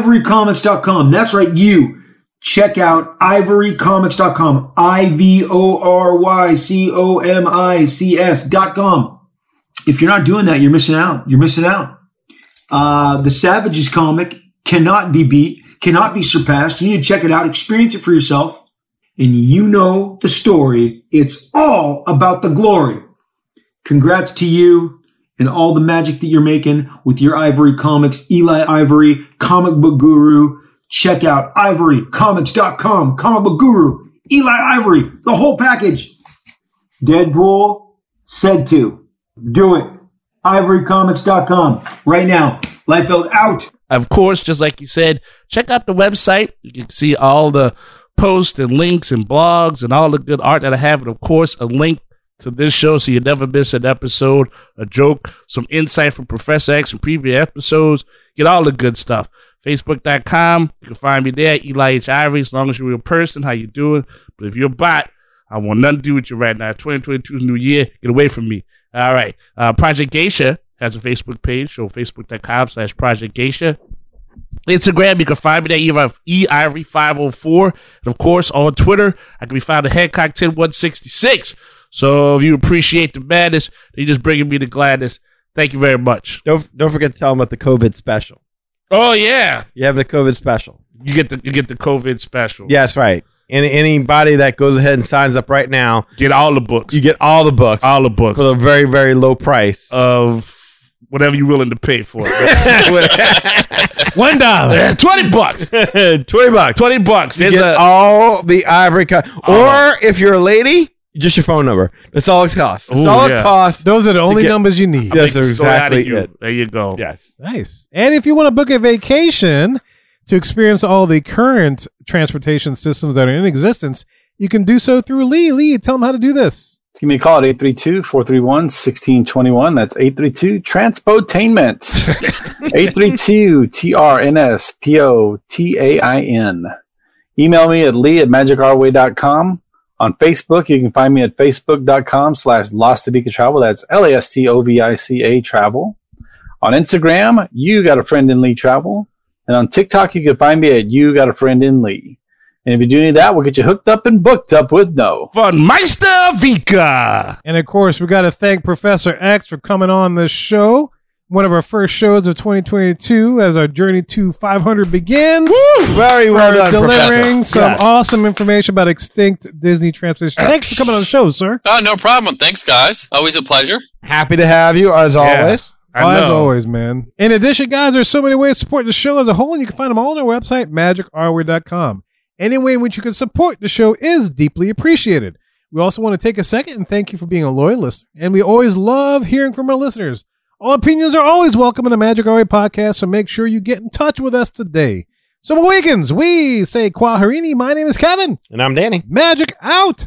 K: ivorycomics.com. That's right, you. Check out ivorycomics.com. I V O R Y C O M I C S.com if you're not doing that, you're missing out. You're missing out. Uh, the Savages comic cannot be beat, cannot be surpassed. You need to check it out, experience it for yourself. and you know the story. It's all about the glory. Congrats to you and all the magic that you're making with your Ivory Comics, Eli Ivory, Comic Book Guru. Check out ivorycomics.com, Comic Book Guru, Eli Ivory, the whole package. Deadpool said to. Do it. Ivorycomics.com right now. Liefeld out.
E: Of course, just like you said, check out the website. You can see all the posts and links and blogs and all the good art that I have. And of course, a link to this show so you never miss an episode, a joke, some insight from Professor X and previous episodes. Get all the good stuff. Facebook.com. You can find me there, Eli H. Ivory, as long as you're a real person. How you doing? But if you're a bot, I want nothing to do with you right now. 2022 is new year. Get away from me. All right. Uh, Project Geisha has a Facebook page, so facebook.com slash Project Geisha. Instagram, you can find me there, E eivory504. And of course, on Twitter, I can be found at Hancock10166. So if you appreciate the madness, you're just bringing me the gladness. Thank you very much.
C: Don't don't forget to tell them about the COVID special.
E: Oh, yeah.
C: You have the COVID special.
E: You get the you get the COVID special.
C: Yes, right. And anybody that goes ahead and signs up right now,
E: Get all the books.
C: you get all the books
E: all the books
C: for a very very low <laughs> price.
E: of whatever you're willing to pay for
C: <laughs>
E: it. <laughs>
B: One dollar.
E: Yeah, 20
C: <laughs>
E: bucks.
C: Twenty bucks.
E: 20 bucks.
C: You
E: There's
C: get
E: a
C: all the ivory cut.
E: All
C: Or if you're a lady, just your phone number. That's all it costs. That's
E: Ooh,
C: all
E: yeah.
C: it costs.
B: Those are the only
C: get-
B: numbers you need.
C: Yeah.
E: Make the
C: that's
E: story out of
C: exactly
E: you.
C: it.
E: There you go.
C: Yes.
B: Nice. And if you want to book a vacation to experience all the current transportation systems that are in existence, you can do so through Lee. Lee, tell them how to do this.
I: Give me a call at 832 431 1621. That's 832 Transpotainment. 832 T R N S P O T A I N. Email me at lee at magicourway.com. On Facebook, you can find me at facebook.com slash Lastadica Travel. That's L A S T O V I C A Travel. On Instagram, you got a friend in Lee Travel. And on TikTok, you can find me at you got a friend in Lee. And if you do any of that, we'll get you hooked up and booked up with no.
E: Von Meister Vika.
B: And of course, we got to thank Professor X for coming on this show. One of our first shows of 2022 as our journey to 500 begins.
C: Very well
B: For
C: done,
B: delivering
C: Professor.
B: some
C: Yes.
B: awesome information about extinct Disney transportation. Thanks for coming on the show, sir.
J: Oh, no problem. Thanks, guys. Always a pleasure.
C: Happy to have you as always.
E: I
B: Oh,
E: know.
B: as always, man. In addition, guys, there's so many ways to support the show as a whole, and you can find them all on our website, magicarware.com. Any way in which you can support the show is deeply appreciated. We also want to take a second and thank you for being a loyal listener, and we always love hearing from our listeners. All opinions are always welcome in the Magic Our Way podcast, so make sure you get in touch with us today. So, Awakens, we say Quaharini. My name is Kevin.
C: And I'm Danny.
B: Magic out.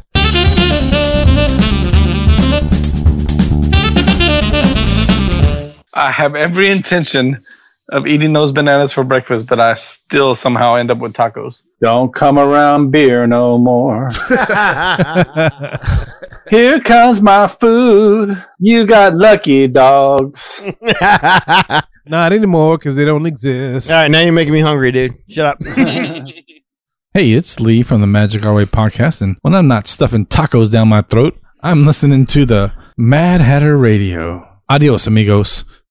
I: I have every intention of eating those bananas for breakfast, but I still somehow end up with tacos. Don't come around beer no more. Here comes my food. You got lucky dogs.
C: all
B: Not anymore because they don't exist.
C: right, now you're making me hungry, dude. Shut up.
L: Hey, it's Lee from the Magic Our Way podcast, and when I'm not stuffing tacos down my throat, I'm listening to the Mad Hatter Radio. Adios, amigos.